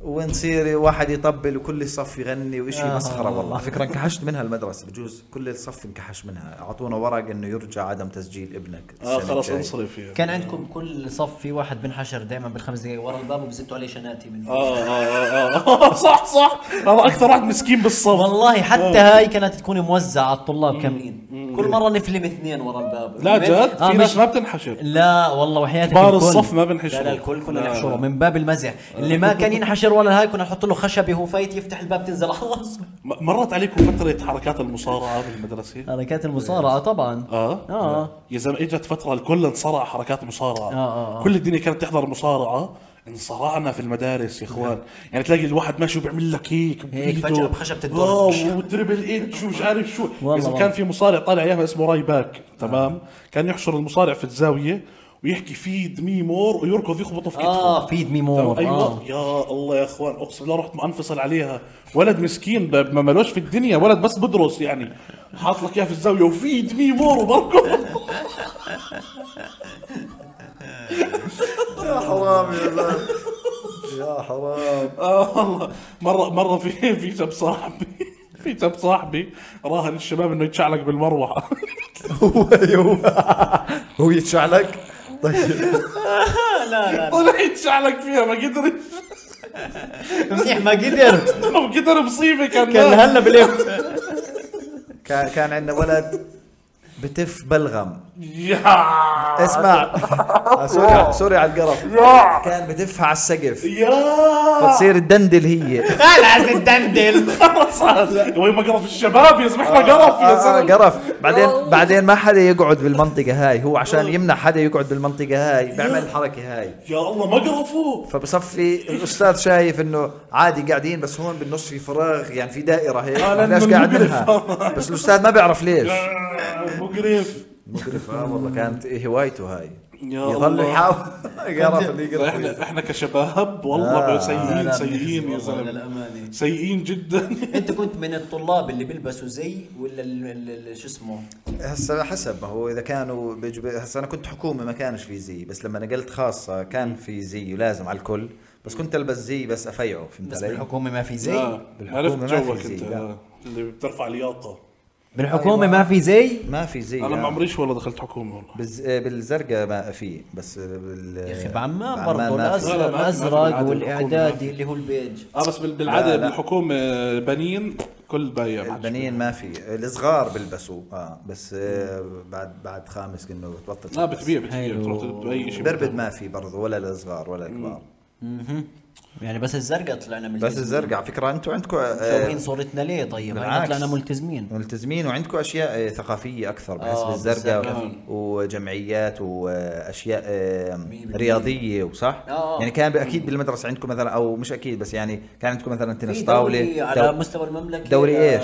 ونصير واحد يطبل وكل الصف يغني وإشي آه. مسخره والله على فكره انكحشت منها المدرسه بجوز كل الصف انكحش منها اعطونا ورق انه يرجع عدم تسجيل ابنك اه السنة خلص الجاي. انصرف يعني كان عندكم كل صف في واحد بنحشر دائما بالخمس دقائق ورا الباب وبزتوا عليه شناتي من فوق. اه اه اه آه، صح صح هذا اكثر واحد مسكين بالصف والله حتى هاي كانت تكون موزعة على الطلاب كاملين كل مرة نفلم اثنين ورا الباب لا من- جد آه في ناس مش- ما بتنحشر لا والله وحياتك كبار الكل. الصف ما بنحشروا. لا لا الكل كنا لا. نحشره من باب المزح اللي ما كان ينحشر ولا هاي كنا نحط له خشبه هو فايت يفتح الباب تنزل على راسه م- مرت عليكم فترة حركات المصارعة بالمدرسة؟ حركات المصارعة طبعا اه آه. يا زلمة اجت فترة الكل انصرع حركات مصارعة آه، آه. كل الدنيا كانت تحضر مصارعة انصرعنا في المدارس يا اخوان يعني تلاقي الواحد ماشي وبيعمل لك هيك هيك بإيده. فجأة بخشبة الدرج. اه ودربل اتش ومش عارف شو والله آه. إذا كان والله. في مصارع طالع ايامها اسمه راي باك تمام كان يحشر المصارع في الزاوية ويحكي فيد مي مور ويركض يخبطه في كتفه اه فيد مي مور ايوه آه. يا الله يا اخوان اقسم بالله رحت انفصل عليها ولد مسكين ب- ما مالوش في الدنيا ولد بس بدرس يعني حاط لك اياها في الزاويه وفي دمي مور وبركض يا حرام يا زلمة. يا حرام اه والله مره مره في في شاب صاحبي في شاب صاحبي راهن الشباب انه يتشعلق بالمروحه هو هو هو يتشعلق طيب طلع يتشعلق فيها ما قدر منيح ما قدر ما قدر مصيبه كان كان نام. هلا باليوم كان كان عندنا ولد بتف بلغم آه، يا اسمع آه، سوري سوري على القرف يا كان بدفها على السقف يا فتصير الدندل هي خلص الدندل خلاص وين ما قرف الشباب يا زلمه احنا قرف يا آه، زلمه قرف بعدين بعدين ما حدا يقعد بالمنطقة هاي هو عشان يمنع حدا يقعد بالمنطقة هاي بيعمل الحركة هاي يا الله ما قرفوا فبصفي الاستاذ شايف انه عادي قاعدين بس هون بالنص في فراغ يعني في دائره هيك آه، لأنه ليش قاعد المقرف. منها بس الاستاذ ما بيعرف ليش آه، مقرف مقرف آه، والله كانت هوايته هاي يا يظل الله. يحاول يعرف اللي يقرا فيه. احنا احنا كشباب والله آه، سيئين سيئين يا زلمه للامانه سيئين جدا انت كنت من الطلاب اللي بيلبسوا زي ولا ال- ال- ال- شو اسمه هسه حسب ما هو اذا كانوا بيجب... هسه انا كنت حكومه ما كانش في زي بس لما نقلت خاصه كان في زي ولازم على الكل بس كنت البس زي بس افيعه فهمت بس علي؟ بالحكومه ما في زي آه، بالحكومة عرفت ما في جوك زي، انت لا. آه، اللي بترفع لياقه بالحكومه ما في زي ما في زي انا آه. ما عمريش والله دخلت حكومه والله بالز... آه، بالزرقاء ما في بس بال... يا اخي بعمان بعمان برضه ما في. لا، لا، ما- الازرق ما في بالعادة الازرق الحكومة ما والاعدادي في. اللي هو البيج اه بس بال- آه، لا، بالعاده لا. بالحكومه بنين كل بايع معش. البنين ما في الصغار بلبسوا اه بس آه بعد بعد خامس انه بتبطل لا آه، بتبيع بتبيع حلو. بتروح تجيب اي شيء بربد ما في برضه ولا الصغار ولا الكبار مهم. يعني بس الزرقاء طلعنا ملتزمين بس الزرقاء على فكره انتم عندكم مسوين صورتنا ليه طيب؟ احنا بالعكس. طلعنا ملتزمين آه، ملتزمين وعندكم اشياء آه، ثقافيه اكثر بحس آه، بالزرقاء بالزرقاء في. وجمعيات واشياء آه، مية بالمية. رياضيه وصح؟ آه. يعني كان اكيد بالمدرسه عندكم مثلا او مش اكيد بس يعني كان عندكم مثلا في تنس دوري طاوله على دو- مستوى المملكه إيه؟ دوري ل- إيش؟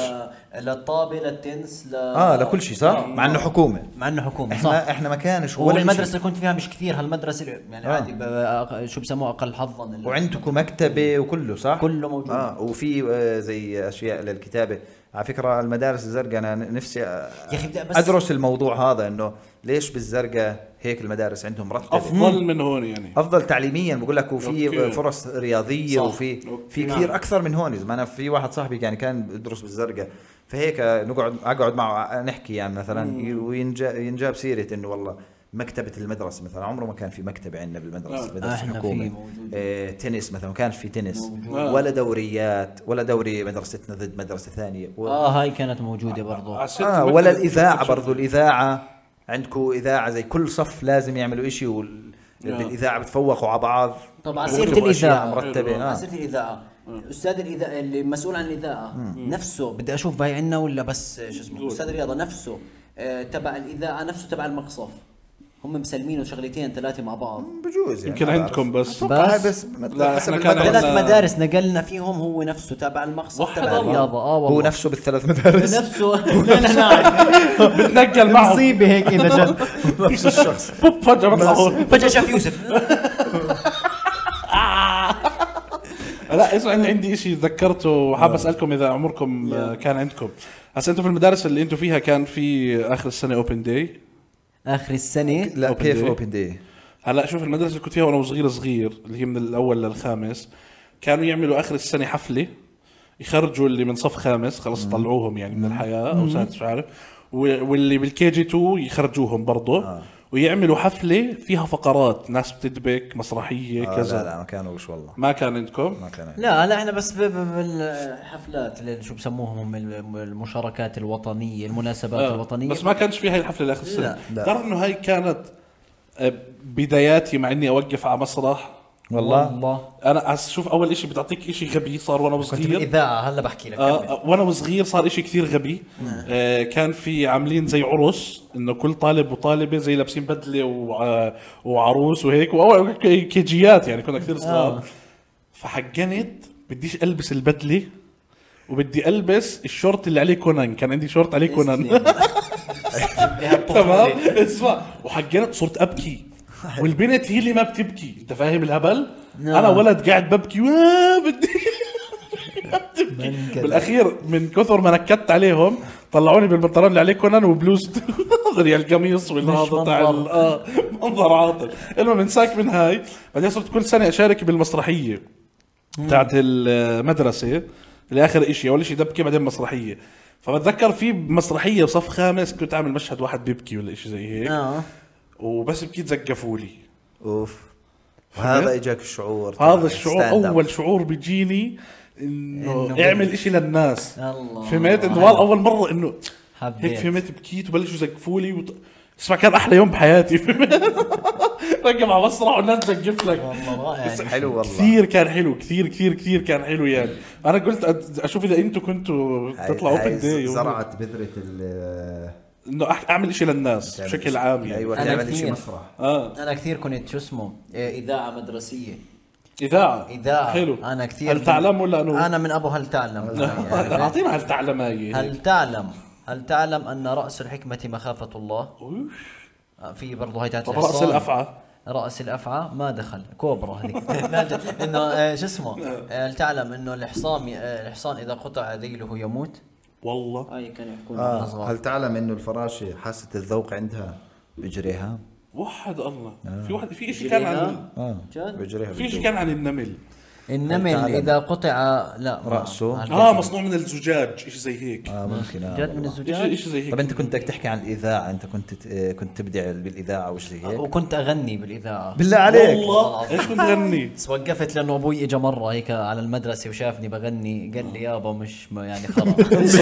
للطابه للتنس ل اه لكل شيء صح؟ مع انه حكومه آه. مع انه حكومه صح احنا احنا ما كانش ولا والمدرسه شيء. اللي كنت فيها مش كثير هالمدرسه اللي- يعني آه. عادي ب- شو بسموه اقل حظا ال- وعندكم مكتبه وكله صح؟ كله موجود. اه وفي آه، زي اشياء للكتابه على فكره المدارس الزرقاء انا نفسي آه، يا أخي بدي بس- ادرس الموضوع هذا انه ليش بالزرقاء هيك المدارس عندهم مرتبه افضل من هون يعني افضل تعليميا بقول لك وفي أوكي. فرص رياضيه صح. وفي في نعم. كثير اكثر من هون زمان انا في واحد صاحبي يعني كان بيدرس بالزرقاء فهيك نقعد اقعد معه نحكي يعني مثلا وينجاب ينجاب سيره انه والله مكتبه المدرسه مثلا عمره ما كان في مكتبه عندنا بالمدرسه آه. المدرسه إحنا في الحكوميه موجود. آه تنس مثلا ما كانش في تنس آه. ولا دوريات ولا دوري مدرستنا ضد مدرسه ثانيه و... آه. اه هاي كانت موجوده برضو عشان آه تمكن- ولا الاذاعه برضو الاذاعه عندكم اذاعه زي كل صف لازم يعملوا إشي وال... آه. بالاذاعه بتفوقوا على بعض طبعا سيره وكتبوا أشياء الاذاعه مرتبه آه. آه. عسيرة الإذاعة أستاذ الإذاعة اللي مسؤول عن الإذاعة نفسه بدي أشوف هاي عنا ولا بس آه، شو اسمه دول. أستاذ الرياضة نفسه آه، تبع الإذاعة نفسه تبع المقصف هم مسلمينه شغلتين ثلاثة مع بعض بجوز يعني يمكن ما بعرف. عندكم بس أتوقع بس- هاي بس لا، حسب إحنا كان المدرسة. ثلاث عندنا- مدارس نقلنا فيهم هو نفسه تبع المقصف وحد تبع الله. الرياضة اه هو والله نفسه بالثلاث مدارس نفسه لا لا بتنقل لا معهم مصيبة هيك إذا جد نفس الشخص بوب فجاه بطلع هون فجأة شاف يوسف لا اسمع أنا عندي شيء تذكرته نعم. وحاب اسالكم اذا عمركم آه، كان عندكم هسا انتم في المدارس اللي انتم فيها كان في اخر السنه اوبن داي آخر السنة لا Open كيف day. اوبن دي هلا شوف المدرسه اللي كنت فيها وانا صغير صغير اللي هي من الاول للخامس كانوا يعملوا اخر السنه حفله يخرجوا اللي من صف خامس خلص يطلعوهم يعني من الحياه او سادس مش عارف و- واللي بالكي جي 2 يخرجوهم برضه آه. ويعملوا حفله فيها فقرات ناس بتدبك مسرحيه آه لا كذا لا ما كانوش والله ما كان عندكم ما كان لا لا احنا بس ب- ب- بالحفلات اللي شو بسموهم هم الم- المشاركات الوطنيه المناسبات آه. الوطنيه بس ما كانش في هاي الحفله لاخر السنه لا. تعرف انه هاي كانت آه، بداياتي مع اني اوقف على مسرح والله والله انا أس- شوف اول إشي بتعطيك إشي غبي صار وانا كنت صغير بالاذاعه هلا بحكي لك كمل. آه وانا صغير صار إشي كثير غبي آه كان في عاملين زي عرس انه كل طالب وطالبه زي لابسين بدله وع- وعروس وهيك واول ك- كيجيات يعني كنا كثير صغار آه. فحجنت بديش البس البدله وبدي البس الشورت اللي عليه كونان كان عندي شورت عليه كونان تمام تمام اسمع وحجنت صرت ابكي والبنت هي اللي ما بتبكي انت فاهم الهبل نعم. انا ولد قاعد ببكي وا بدي بتبكي بالاخير من كثر ما نكدت عليهم طلعوني بالبنطلون اللي عليه كونان وبلوز يعني القميص والهذا مش تاع ال- منظر. اه منظر عاطل المهم انساك من هاي بعدين صرت كل سنه اشارك بالمسرحيه بتاعت المدرسه لاخر شيء اول شيء دبكه بعدين مسرحيه فبتذكر في مسرحيه بصف خامس كنت عامل مشهد واحد بيبكي ولا شيء زي هيك آه. اه وبس بكيت زقفوا لي اوف فهمت؟ وهذا اجاك الشعور إيه؟ هذا تبع الشعور آه، stand up. اول شعور بيجيني انه إنه اعمل شيء للناس الله. آه. فهمت انه والله اول مره انه حبيت. هيك فهمت بكيت وبلشوا يزقفوا لي وط... اسمع كان احلى يوم بحياتي راكب على مسرح والناس تسقف لك والله رائع حلو والله كثير كان حلو كثير كثير كثير كان حلو يعني انا قلت أد- اشوف اذا انتم كنتوا هاي- تطلعوا هاي اوبن داي زرعت بذرة ال انه أح- اعمل شيء للناس تعمل بشكل إشي. عام يعني ايوه أنا تعمل كثير. شيء المسرح اه انا كثير كنت شو اسمه إيه، اذاعه مدرسيه اذاعه اذاعه حلو انا كثير هل تعلم ولا انه انا من ابو هل تعلم يعني عرفت؟ اعطينا هل تعلم هاي هل تعلم هل تعلم ان راس الحكمه مخافه الله آه، في برضه هي تاعت طب رأس الحصان. الأفعى. راس الافعى ما دخل كوبرا هذيك لا، ج- انه آه، شو اسمه آه، هل تعلم انه الحصان ي- آه، الحصان اذا قطع ذيله يموت والله هاي كانوا يحكون آه. هل تعلم انه الفراشة حاسة الذوق عندها بجريها؟ وحد الله آه. في واحد في شيء كان عن اه جد بجريها في شيء بالذوق كان عن النمل النمل تعلم؟ اذا قطع لا ما- رأسه؟ هل اه تعلم؟ مصنوع من الزجاج شيء زي هيك اه ممكن آه. آه. جد من شيء الزجاج شيء زي هيك طب انت كنت بدك تحكي عن الاذاعه انت كنت ت- آه، كنت تبدع بالاذاعه وش زي هيك وكنت اغني بالاذاعه بالله عليك والله ايش كنت غني بس وقفت لانه ابوي اجى مره هيك على المدرسه وشافني بغني قال لي يابا مش ما يعني خلاص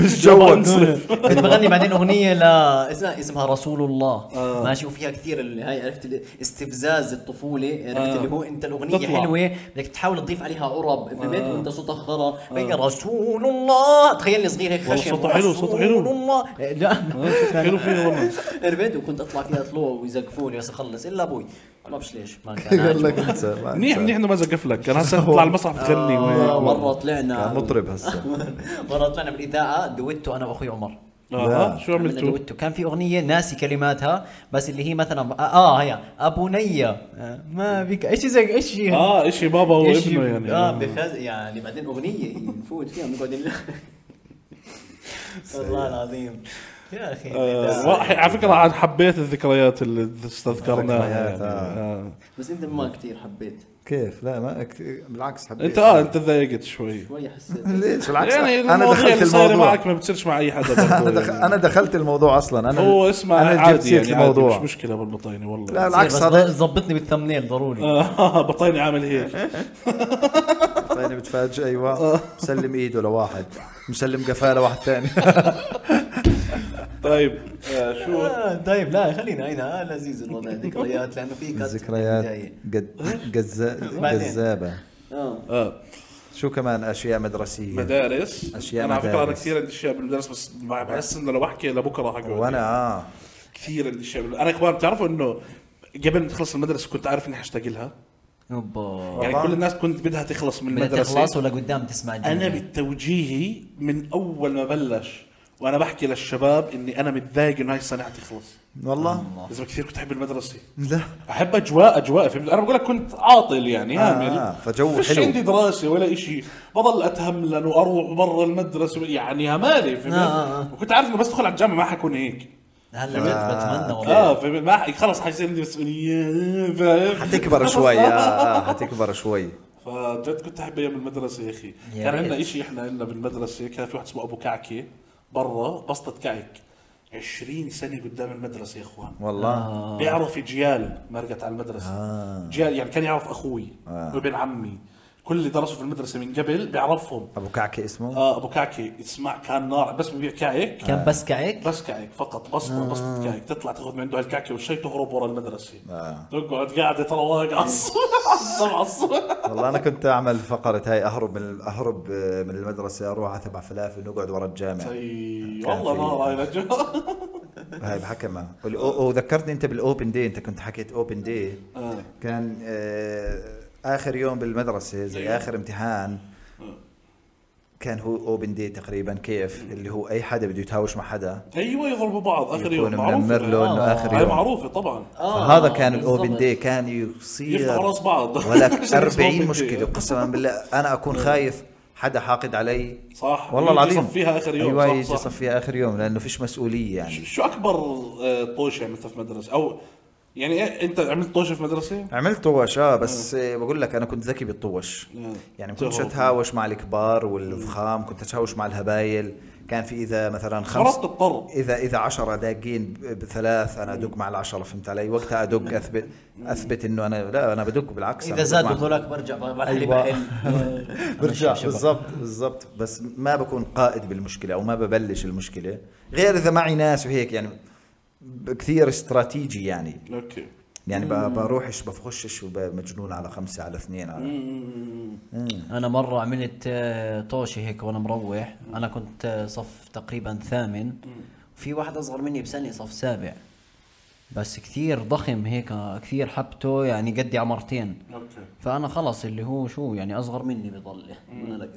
مش جوا انصرف كنت بغني بعدين اغنيه ل اسمها اسمها رسول الله آه. ماشي وفيها كثير اللي هاي عرفت اللي- استفزاز الطفوله عرفت آه. اللي هو انت الاغنيه تطلع. آه. حلوه بدك تحاول تضيف عليها قرب فهمت وانت صوتك خرا هيك رسول الله تخيلني صغير هيك والله خشن صوته حلو، صوته حلو. رسول الله إيه، لا آه، حلو فيه والله عرفت وكنت اطلع فيها طلوع ويزقفوني بس اخلص الا ابوي ما بعرفش ليش ما كان قال عاجبه. لك انت ما منيح أنت. منيح انه ما زقف لك كان هسه تطلع المسرح بتغني آه، وهيك. مره طلعنا كان يعني مطرب هسه مرة طلعنا بالاذاعه دويتو انا واخوي عمر آه، شو عملنا عملتوا؟ دويتو كان في اغنيه ناسي كلماتها بس اللي هي مثلا اه, آه هي ابو نيا آه، ما بك ايش زي ايش هي؟ اه اشي بابا إيش وابنه هي؟ يعني اه بخز يعني بعدين اغنيه هي نفوت فيها بنقعد نلعب. والله العظيم يا اخي آه، الإذاعة. واحد- على فكره عاد حبيت الذكريات اللي استذكرناها ذكريات، يعني. آه. آه. بس انت ما كثير حبيت كيف لا ما كتير- بالعكس حبيت انت اه انت تضايقت شوي شوي حسيت ليش بالعكس يعني انا المواضيع دخلت اللي صايره الموضوع معك ما بتصيرش مع اي حدا انا برضو دخ... يعني. انا دخلت الموضوع اصلا انا هو اسمع انا جبت عادي سيره يعني عادي مش الموضوع مشكله بالبطاينه والله لا، بالعكس بس هذا- ظبطني بالثمنيل ضروري آه، بطاينه عامل إيه؟ هيك طيب بتفاجئ آه. ايوه مسلم ايده لواحد مسلم قفاه لواحد ثاني طيب آه، شو آه، طيب لا خلينا هنا آه لذيذ الوضع ذكريات لانه في كات ذكريات بالبداية. قد جزا... بعدين. جذابه اه آه، شو كمان اشياء مدرسيه مدارس أشياء انا على فكره انا مدارس. كثير عندي اشياء بالمدارس بس بحس انه لو احكي لبكره حقعد وانا اه كثير عندي اشياء بال- انا كمان بتعرفوا انه قبل ما تخلص المدرسه كنت عارف اني حاشتاق لها اوبا يعني والله. كل الناس كنت بدها تخلص من بدها المدرسه تخلص ولا قدام تسمع انا بالتوجيهي من اول ما بلش وانا بحكي للشباب اني انا متضايق انه هاي السنه حتخلص والله اذا كثير كنت احب المدرسه لا احب اجواء اجواء فهمت انا بقول لك كنت عاطل يعني آه، هامل آه، فجو فيش حلو. عندي دراسه ولا إشي بضل اتهملن واروح برا المدرسه يعني همالي فهمت آه، آه. وكنت عارف انه بس ادخل على الجامعه ما حكون هيك هلا جد بتمنى آه، والله اه فهمت ما ح- خلص حيصير عندي مسؤوليه فاهم حتكبر شوي آه آه حتكبر شوي فجد كنت احب ايام المدرسه يا اخي يا كان عندنا ريت. شيء احنا عندنا بالمدرسه كان في واحد اسمه ابو كعكه برا بسطه كعك 20 سنه قدام المدرسه يا اخوان آه. والله بيعرف جيال مرقت على المدرسه آه. جيال يعني كان يعرف اخوي آه. وابن عمي كل اللي درسوا في المدرسه من قبل بيعرفهم ابو كعكه اسمه آه ابو كعكي اسمع كان نار بس ببيع كعك كان بس كعك بس كعك فقط بسطة آه. بسطة كعك تطلع تاخذ من عنده هالكعكة والشاي تهرب ورا المدرسة آه. تقعد قاعدة ترواق عصب عصب عصب والله انا كنت اعمل فقره هاي اهرب من اهرب آه، من المدرسه اروح على تبع فلافل ونقعد ورا طيب. الجامع اي طيب، والله نار هاي الأجواء. هاي بحكمها وال- أو- وذكرتني انت بالاوبن دي انت كنت حكيت اوبن دي آه. كان آه، اخر يوم بالمدرسه زي إيه. اخر امتحان كان هو اوبن دي تقريبا كيف اللي هو اي حدا بده يتهاوش مع حدا ايوه يضربوا بعض اخر يوم يكون معروفة منمر له انه آه. اخر هاي يوم معروفة طبعا فهذا كان بالضبط. الاوبن دي كان يصير يفتحوا راس بعض ولك عشان 40 يسمعوا مشكله بنتي. قسما بالله انا اكون خايف حدا حاقد علي صح والله إيه. يجي العظيم يصفيها اخر يوم ايوه صح، يجي صح. يصفيها اخر يوم لانه فيش مسؤوليه يعني شو اكبر آه، طوشه عملتها في مدرسه او يعني إيه، انت عملت طوشه في مدرسه؟ عملت طوش اه بس إيه. آه، بقول لك انا كنت ذكي بالطوش آه. يعني ما كنتش تهرب. اتهاوش مع الكبار إيه. والفخام كنت اتهاوش مع الهبايل كان في اذا مثلا خمس خرطت الطرب اذا اذا 10 داقين ب- بثلاث إيه. انا ادق مع العشرة فهمت علي وقتها ادق اثبت اثبت انه انا لا انا بدق بالعكس أنا اذا بدق زادوا مع- هذولاك برجع بحلي أيوة. بحل برجع بالضبط بالضبط بس ما بكون قائد بالمشكله او ما ببلش المشكله غير اذا معي ناس وهيك يعني ب- كثير استراتيجي يعني اوكي يعني ب- بروحش بخشش ومجنون على خمسه على اثنين على انا مره عملت آه، طوشه هيك وانا مروح انا كنت آه، صف تقريبا ثامن في واحد اصغر مني بسنه صف سابع بس كثير ضخم هيك آه، كثير حبته يعني قدي عمرتين اوكي فانا خلص اللي هو شو يعني اصغر مني بضل أنا لك-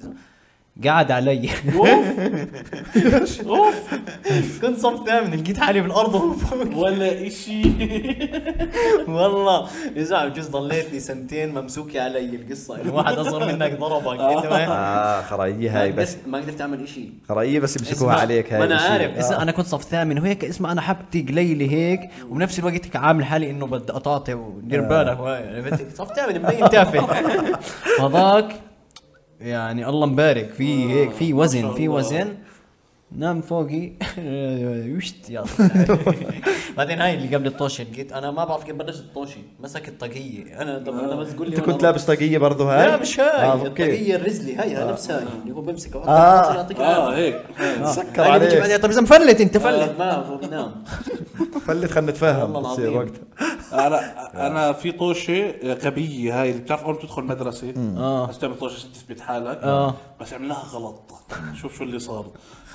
قعد علي اوف اوف كنت صف ثامن لقيت حالي بالارض وهو فوق ولا اشي والله يا زلمه بجوز ضليت لي سنتين ممسوكه علي القصه انه واحد اصغر منك ضربك انت ما اه خرايجيه هاي بس ما قدرت اعمل شيء خرايجيه بس يمسكوها اسمع، عليك هاي ما انا الشيء. عارف آه. اسمع انا كنت صف ثامن وهيك اسمع انا حبتي قليله هيك وبنفس الوقت هيك عامل حالي انه بدي اقاطع ودير آه. بالك وهاي، عرفت؟ صف ثامن مبين تافه هذاك يعني الله مبارك آه. في هيك في وزن في وزن نام فوقي وشت يلا بعدين هاي اللي قبل الطوشه لقيت انا ما بعرف كيف بلشت الطوشه مسك الطاقيه انا طب انا بس قول لي انت وأنا كنت لابس طاقيه برضه هاي؟ لا مش هاي آه، اوكي الطاقية الرزلي هاي هاي نفسها هاي اللي هو بمسكها آه. وحتى يعطيك اه العافية هيك سكر هاي اللي بتجيب عليك عليها طب اذا مفلت انت آه. فلت ما نعم. هو بنام خلت خلنا نتفاهم والله بتصير العظيم. وقتها انا انا في طوشه غبيه هاي اللي بتعرف اول ما تدخل مدرسه آه. بس تعمل طوشه عشان تثبت حالك آه. بس عملناها غلط شوف شو اللي صار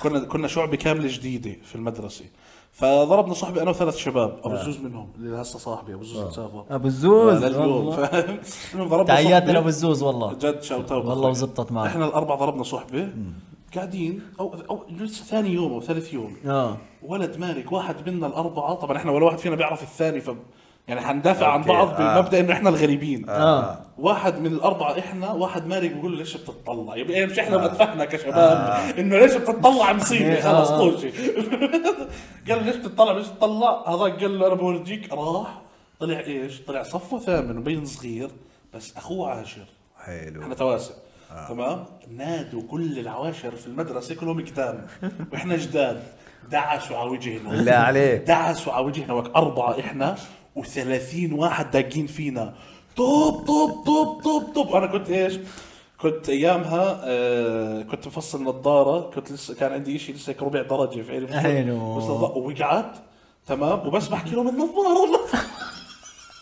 كنا كنا شعبي كامله جديده في المدرسه فضربنا صحبي انا وثلاث شباب ابو زوز منهم اللي هسه صاحبي ابو زوز مسافر ابو الزوز لليوم والله. فاهم المهم ضربنا تحياتنا صحبة. لابو الزوز والله جد شوت اوت والله وزبطت معك. احنا الاربع ضربنا صحبه قاعدين او او لسه ثاني يوم او ثالث يوم اه ولد مالك واحد منا الاربعه طبعا احنا ولا واحد فينا بيعرف الثاني ف يعني حندافع عن أوكي، بعض آه. بمبدا انه احنا الغريبين اه واحد من الاربعه احنا واحد مالك بيقول له ليش بتطلع يبقى يعني مش احنا آه. مدفعنا كشباب انه ليش بتطلع مصيبه خلاص طوشي قال له ليش بتطلع ليش بتطلع هذاك قال له انا بورجيك راح طلع ايش طلع صفه ثامن وبين صغير بس اخوه عاشر احنا حلو تواسع تمام نادوا كل العواشر في المدرسه كلهم قدام واحنا جداد دعسوا على وجهنا بالله عليك. دعسوا على وجهنا وك اربعه احنا و30 واحد داقين فينا طب طب طب طب طب انا كنت ايش؟ كنت ايامها آه كنت مفصل نظاره كنت لسه كان عندي شيء لسه هيك ربع درجه في عيني حلو. بس نظ- وقعت تمام وبس بحكي لهم النظاره النظارة.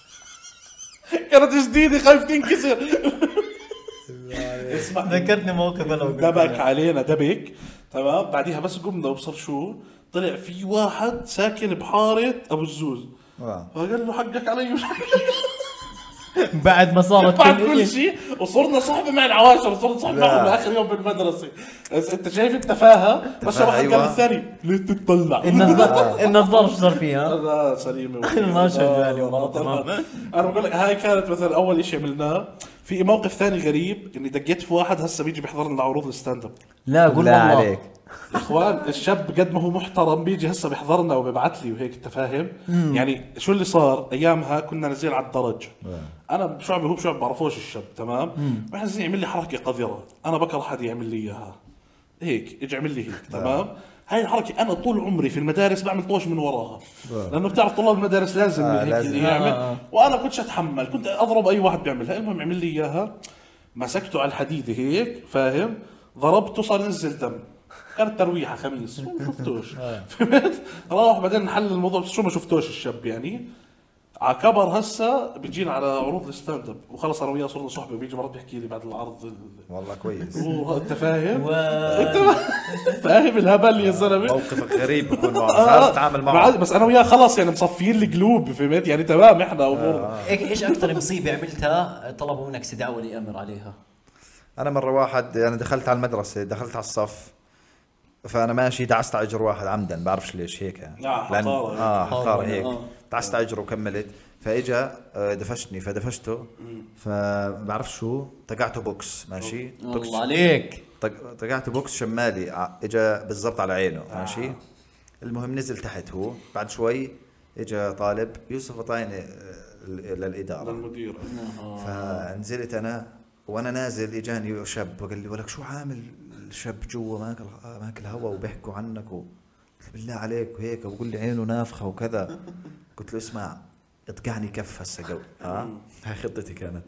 كانت جديده خايف تنكسر اسمع ذكرتني موقف انا وقلت دبك لك. علينا دبك تمام بعديها بس قمنا وبصر شو طلع في واحد ساكن بحارة ابو الزوز آه. فقال له حقك علي مش حقك بعد ما صارت بعد كل شيء وصرنا صحبة مع العواشر صرنا صحبة لا. معهم لاخر يوم بالمدرسة بس انت شايف التفاهة بس تفاهة، واحد قال أيوة. للثاني ليه تتطلع النظارة النظارة شو صار فيها؟ لا سليمة ما شغالة والله. والله، تمام. انا بقول لك هاي كانت مثلا اول شيء عملناه في موقف ثاني غريب اني دقيت في واحد هسه بيجي بيحضر لنا عروض الستاند اب لا قول بالله والله عليك اخوان الشاب قد ما هو محترم بيجي هسه بيحضرنا وبيبعث لي وهيك انت فاهم يعني شو اللي صار ايامها كنا نازلين على الدرج انا بشعبي هو بشعب بعرفوش الشاب تمام واحنا نازلين يعمل لي حركه قذره انا بكره حد يعمل لي اياها هيك اجي اعمل لي هيك تمام هاي الحركه انا طول عمري في المدارس بعمل طوش من وراها لانه بتعرف طلاب المدارس لازم آه، هيك لازم. آه. يعمل وانا كنتش اتحمل كنت اضرب اي واحد بيعملها المهم عمل لي اياها مسكته على الحديده هيك فاهم ضربته صار ينزل دم كانت ترويحه خميس ما شفتوش فهمت راح بعدين نحل الموضوع بس شو ما شفتوش الشاب يعني عكبر هسه بيجينا على عروض الستاند اب وخلص انا وياه صرنا صحبه بيجي مرات بيحكي لي بعد العرض ال- والله كويس و- انت فاهم؟ فاهم الهبل يا زلمه موقفك غريب بكون معه آه، عارف تتعامل بعد- معه بس انا وياه خلص يعني مصفيين القلوب فهمت يعني تمام احنا امورنا آه. هيك ايش اكثر مصيبة عملتها طلبوا منك استدعاء ولي امر عليها؟ انا مره واحد انا دخلت على المدرسه دخلت على الصف فانا ماشي دعست على اجر واحد عمدا بعرفش ليش هيك يعني آه، لأن- حقارة هيك. اه حقارة حقارة، هيك آه. دعست على اجره وكملت فاجا آه، دفشني فدفشته فبعرف شو طقعته بوكس ماشي آه، بوكس والله عليك طق- طقعت بوكس شمالي ع- اجا بالضبط على عينه آه. ماشي المهم نزل تحت هو بعد شوي اجا طالب يوسف آه، وطايني للاداره للمدير فنزلت انا وانا نازل اجاني شاب وقال لي ولك شو عامل الشاب جوا ماكل ماكل هوا وبيحكوا عنك و... قلت له بالله عليك وهيك وبقول لي عينه نافخه وكذا قلت له اسمع اطقعني كف هسه قوي ها هاي خطتي كانت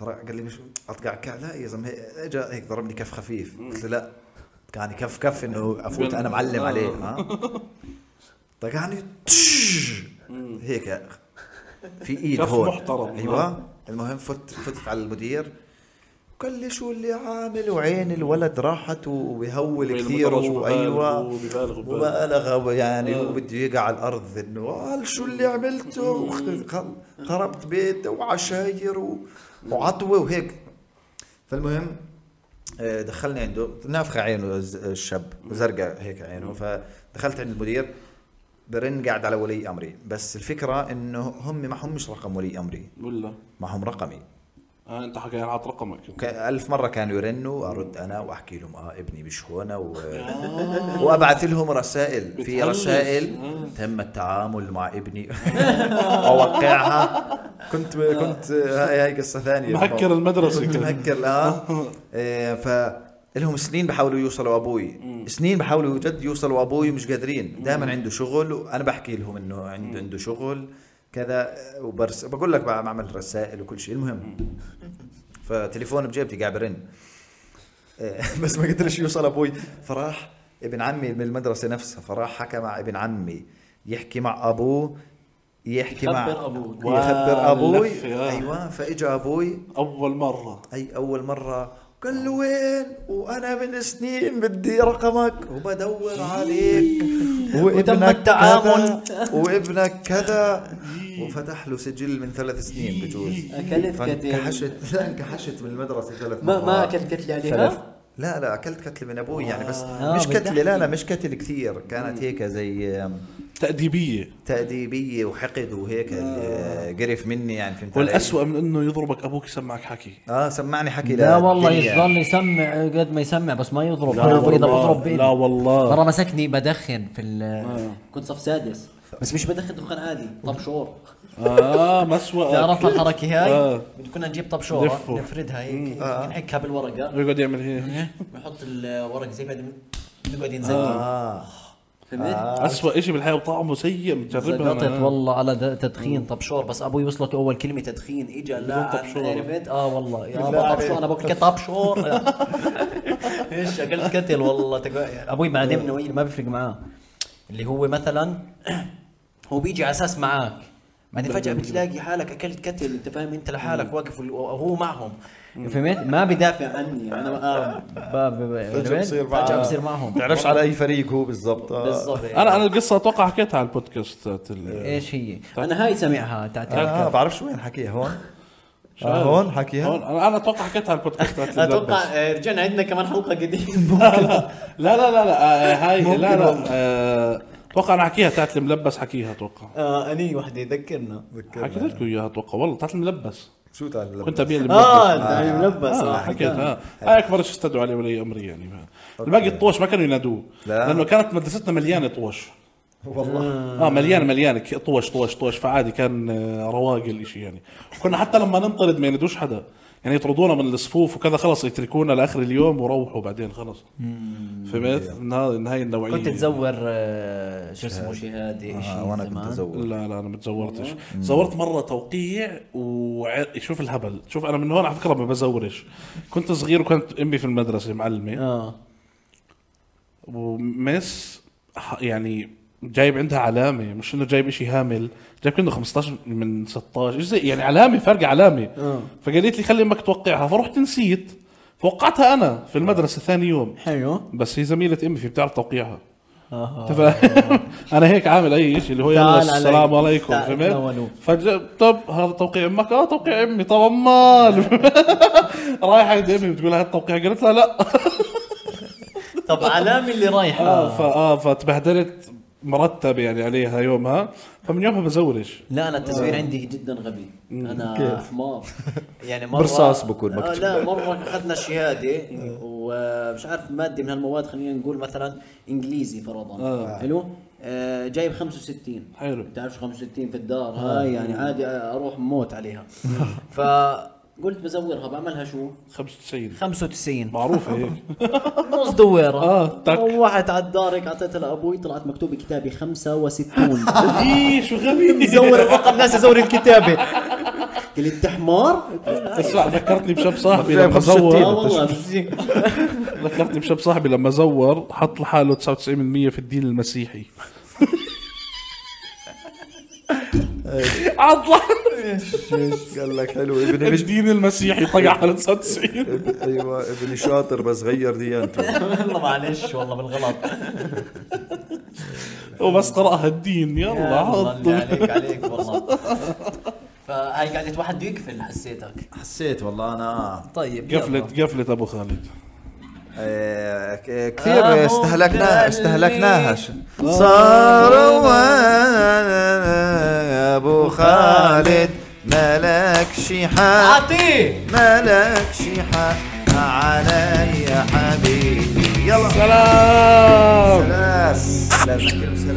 فرا- قال لي مش اطقعك كف لا يا زلمه هي- اجا هيك ضربني كف آه؟ خفيف قلت له لا اطقعني كف كف انه افوت انا معلم عليه ها طيب. طقعني تش يعني هيك يا أخ. في ايد كف هون محترم. آه. ايوه المهم فت فتت على المدير قال لي شو اللي عامل وعين الولد راحت وبيهول وين كثير المدرج وبالغ وايوه وبيبالغ وبالغ. وبالغ يعني وبده يقع على الارض انه قال شو اللي عملته وخ- خ- خربت بيته وعشاير و- وعطوه وهيك فالمهم آه، دخلني عنده نافخه عينه الز- الشاب زرقاء هيك عينه فدخلت عند المدير برن قاعد على ولي امري بس الفكره انه هم ما همش رقم ولي امري ولا ما هم رقمي آه انت حكي انا عط رقمك ك- ألف مرة كانوا يرنوا أرد أنا وأحكي لهم آه ابني مش هون و... وأبعث لهم رسائل في بتهلس. رسائل تم التعامل مع ابني أوقعها كنت كنت هاي هاي قصة ثانية مهكر المدرسة كنت كان. مهكر آه إيه، ف لهم سنين بحاولوا يوصلوا ابوي سنين بحاولوا جد يوصلوا ابوي ومش قادرين دائما عنده شغل وانا بحكي لهم انه عنده عنده شغل كذا وبرس بقول لك بعمل رسائل وكل شيء المهم فتليفون بجيبتي قاعد برن إيه، بس ما قدرش يوصل ابوي فراح ابن عمي من المدرسه نفسها فراح حكى مع ابن عمي يحكي مع ابوه يحكي مع يخبر أبوه. يخبر ابوي واللفة، آه. ايوه فاجا ابوي اول مرة اي اول مره قال له وين وانا من سنين بدي رقمك إيه. وبدور عليك وتم وابنك التعامل. كذا وابنك كذا وفتح له سجل من ثلاث سنين بجوز إيه. أكلت كتل. فانكحشت لا انكحشت من المدرسه ثلاث ما ما مرات. اكلت كتله ثلاث عليها؟ لا لا اكلت كتله من ابوي يعني بس آه، إيه. مش كتله لا بتحكي. لا مش كتل كثير كانت هيك زي آم، تأديبية تأديبيه وحقد وهيك آه، قرف مني يعني فهمت علي؟ والأسوأ من انه يضربك ابوك يسمعك حكي اه سمعني حكي يعني. لا والله دنيا. يضل يسمع قد ما يسمع بس ما يضرب انا بريد اضرب بإيدي. لا والله مره مسكني بدخن في ال كنت صف سادس بس مش بدخن دخان عادي طبشور اه مسوأ تعرف الحركه هاي آه. كنا نجيب آه. طبشوره نلفه. نفردها هيك نحكها بالورقه يقعد يعمل هيك نحط الورق زي بعد نقعد نزقط اه فهمت؟ أسوأ شيء بالحياة وطعمه سيء مجربها زقطت أنا. آه. والله على د- تدخين طبشور بس ابوي وصلت اول كلمه تدخين اجى لا طبشور. عرفت اه والله يا ابو طبشور انا بقول لك طبشور ايش اكلت كتل والله تقع- ابوي معلمنا وين ما بيفرق معاه اللي هو مثلا هو بيجي على اساس معاك بعدين فجاه بتلاقي حالك اكلت كتل انت فاهم انت لحالك واقف وال- وهو معهم فهمت ما بدافع عني انا آه، ب- ب- ب- فجأة بصير فجأة معاه. بصير معهم تعرفش على اي فريق هو بالضبط آه. بالضبط انا انا القصه اتوقع حكيتها على البودكاست تاعت ال- ايش هي؟ انا هاي سامعها تاعت اه بعرفش وين حكيها هون آه هون هون حكيها انا انا اتوقع حكيتها على البودكاست تاعت اتوقع اللبس. آه، رجعنا عندنا كمان حلقه قديم لا لا لا لا لا, لا آه، هاي لا ممكن لا والله. آه، اتوقع انا حكيها تاعت الملبس حكيها اتوقع اه اني وحده آه، يذكرنا حكيت لكم اياها اتوقع والله تاعت الملبس شو تعال كنت ابيع اه الملبس انت ملبس اه آه، حكيت اه هاي اكبر شيء استدعوا عليه ولي امري يعني الباقي الطوش ما كانوا ينادوه لا. لانه كانت مدرستنا مليانه طوش والله آه، اه مليان مليان ك- طوش طوش طوش فعادي كان آه، رواق الاشي يعني كنا حتى لما ننطرد ما ينادوش حدا يعني يطردونا من الصفوف وكذا خلص يتركونا لاخر اليوم وروحوا بعدين خلص فهمت من هاي من هاي النوعيه كنت تزور آه، شو اسمه شهاده شيء آه وانا كنت زمان. ازور لا لا انا ما تزورتش زورت مره توقيع وشوف الهبل شوف انا من هون على فكره ما بزورش كنت صغير وكانت امي في المدرسه معلمه اه وميس ح- يعني جايب عندها علامه مش انه جايب شيء هامل جايب كأنه 15 من 16 إيش زي يعني علامه فرق علامه آه. فقالت لي خلي امك توقعها فرحت نسيت فوقعتها انا في المدرسه ثاني يوم حلو بس هي زميله امي في بتعرف توقيعها اها أنت فاهم؟ انا هيك عامل اي شيء اللي هو يلا آه. تعال علي. السلام عليكم تعال فهمت؟ تناولوا. فجأة طب هذا توقيع امك اه توقيع امي طب امال رايح عند امي بتقول لها التوقيع قالت لها لا طب علامه اللي رايحه اه ف اه فتبهدلت مرتب يعني عليها يومها فمن يومها بزورش لا انا التزوير عندي جدا غبي انا حمار يعني مره برصاص بكون مكتوب. آه لا مره اخذنا شهاده ومش عارف ماده من هالمواد خلينا نقول مثلا انجليزي فرضا آه. حلو آه جايب 65 حلو. بتعرف شو 65 في الدار هاي يعني عادي اروح موت عليها فقلت بزورها بعملها شو 95 95 معروفة هيك نص دويره آه، تك. روحت على الدار هيك اعطيتها لابوي طلعت مكتوب كتابي 65 ايه شو غبي زور الرقم ناس يزور الكتابه قلت انت حمار؟ اسمع ذكرتني بشاب صاحبي بتلاقي لما 65. اه زور والله ذكرتني بشاب صاحبي لما زور حط لحاله 99% في الدين المسيحي عضلة قال لك حلو ابني مش الدين المسيحي طقع على 99 اب- أيوة، ايوه ابني شاطر بس غير ديانته والله معلش والله بالغلط وبس قرأها الدين يلا اللي عض عليك عليك والله فهاي قعدت واحد بده يقفل حسيتك حسيت والله انا طيب قفلت قفلت ابو خالد آه، ك- أهو كثير استهلكناها قلبي. استهلكناها ش- صار وانا يا ابو خالد مالك شي حال اعطيه مالك شي حال علي يا حبيبي يلا سلام سلام سلام